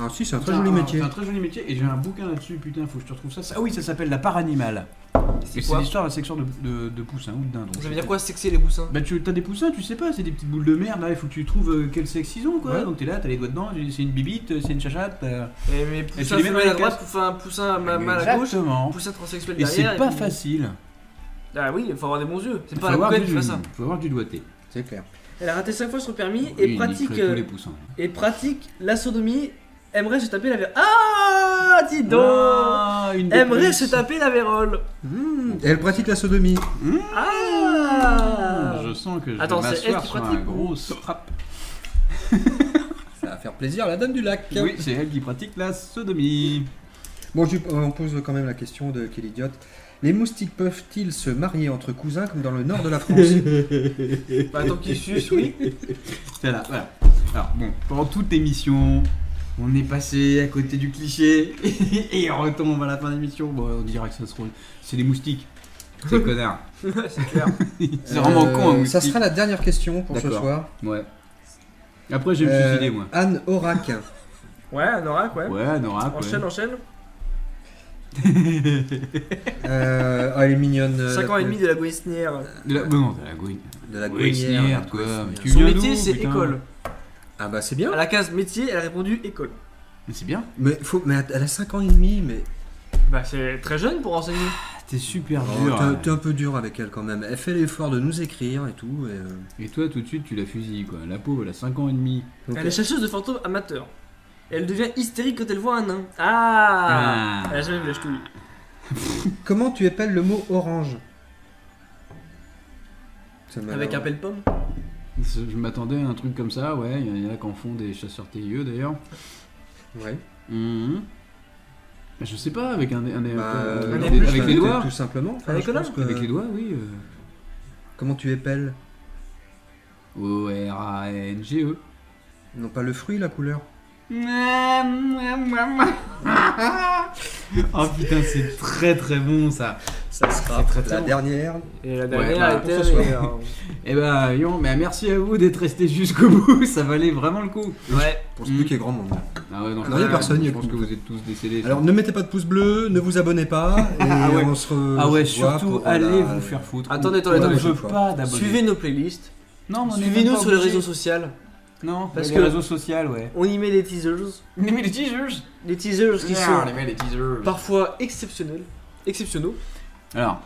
Ah si, c'est un très putain, joli ah, métier. C'est un très joli métier et j'ai un bouquin là-dessus, putain, faut que je te retrouve ça. Ça- Ah oui, ça s'appelle La part animale. Et C'est quoi l'histoire de la section de, de, de poussins ou de dindons. Ça veut dire quoi sexer les poussins Bah tu t'as des poussins, tu sais pas, c'est des petites boules de merde là, il faut que tu trouves euh, quel sexe ils ont quoi. Ouais. Donc t'es là, t'as les doigts dedans, tu dis, c'est une bibite, c'est une chachate. euh, Eh, Et mes poussins les mets dans femelles à les droite, poussin, poussin ma- mal à gauche, Exactement. poussin transsexuel Et derrière. c'est pas puis- facile. Ah oui, il faut avoir des bons yeux. C'est Faut pas la avoir, couette du, qui fait ça. faut avoir du doigté. C'est clair. Elle a raté 5 fois son permis Oui, et il pratique niquerait tous euh, les poussins. et pratique la sodomie. Aimerait se taper la vérole. Ah, dis donc Ah, une Aimerait dépense. se taper la vérole. Et elle pratique la sodomie. Ah Je sens que je Attends, vais c'est elle m'asseoir qui sur un pratique ou- gros strap. Ça va faire plaisir à la dame du lac. Oui, c'est elle qui pratique la sodomie. Bon, je- euh, on pose quand même la question de quel idiote. Les moustiques peuvent-ils se marier entre cousins comme dans le nord de la France Bah tant qu'il suce, oui. C'est là, voilà. Alors bon, pendant toute l'émission, on est passé à côté du cliché et on retombe à la fin de l'émission. Bon, on dirait que ça se roule. C'est les moustiques. C'est connard. c'est clair. C'est vraiment Euh, con un moustique. Ça sera la dernière question pour ce D'accord. soir. Ouais. Après, je vais me Euh, suicider, moi. Anne Orac. Ouais, Nora, ouais. Ouais, Nora, quoi. Enchaîne, enchaîne. Euh, ah, elle est mignonne. euh, 5 la- ans et demi de la Goïsnière. De la... bon, non, de la gouine. de la Oui, Guinière, merde, la quoi, Guinière. mais tu- Son Viens métier, nous, c'est putain. école. Ah bah c'est À bien. la case métier, elle a répondu école. Mais c'est bien. Mais, faut... mais elle a 5 ans et demi, mais Bah, c'est très jeune pour enseigner. Ah, T'es super Oh, dur. t'es- hein. t'es un peu dur avec elle quand même. Elle fait l'effort de nous écrire et tout. et, euh, Et toi, tout de suite, tu la fusilles, quoi. La pauvre, elle a 5 ans et demi. donc, euh, Elle est chasseuse de fantômes amateurs. Elle devient hystérique quand elle voit un nain. Ah, Elle a jamais vu la ch'touille. Comment tu épelles le mot orange Ça m'a Bah, Avec l'air- un pelle pomme. Je m'attendais à un truc comme ça, ouais. Il y en a qui en font des chasseurs TIE, d'ailleurs. Ouais. Mhm. Bah, Je sais pas, avec un, un- un- Bah, un- euh, avec les- enfin, avec les tout- doigts Tout simplement. Enfin, Avec je le pense que- Avec les doigts, oui. euh. Comment tu épelles O-R-A-N-G-E. Non, pas le fruit, la couleur. oh putain, c'est très très bon ça. Ça sera. Ah, La dernière. Et la Ouais, bah, dernière pour était. ce soir. euh, Eh ben, Yon, mais merci à vous d'être resté jusqu'au bout, ça valait vraiment le coup. Ouais. Pour Mm. celui qui est grand monde. Ah ouais, non, Non, y a personne, y je a pense que- que vous êtes tous décédés. Alors ne mettez pas de pouce bleu, ne vous abonnez pas. Et Ah ouais. on se re- ah ouais, se voit surtout, pour euh, la- allez vous faire foutre. Attendez, On attendez, Ouais, ne attendez. je veut crois. pas d'abonnés. Suivez nos playlists. Non, mais on est même Suivez-nous pas sur les obligé. réseaux sociaux. Non, Parce parce que- que les réseaux sociaux, ouais. On y met des teasers. Mais les teasers Des teasers qui sont les les teasers. parfois exceptionnels. Exceptionaux. Alors,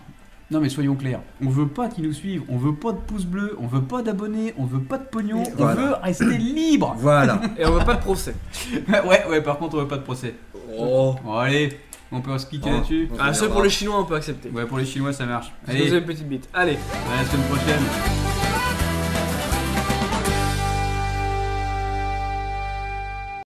non mais soyons clairs, on veut pas qu'ils nous suivent, on veut pas de pouces bleus, on veut pas d'abonnés, on veut pas de pognon, Voilà. on veut rester libre. Voilà. Et on veut pas de procès. ouais, ouais, par contre on veut pas de procès. Bon allez, on peut se cliquer Oh. là-dessus. On Ah, seul reviendra. pour les Chinois, on peut accepter. Ouais, pour les Chinois ça marche. Parce que vous avez Allez, une petite bite. Allez. à la semaine prochaine.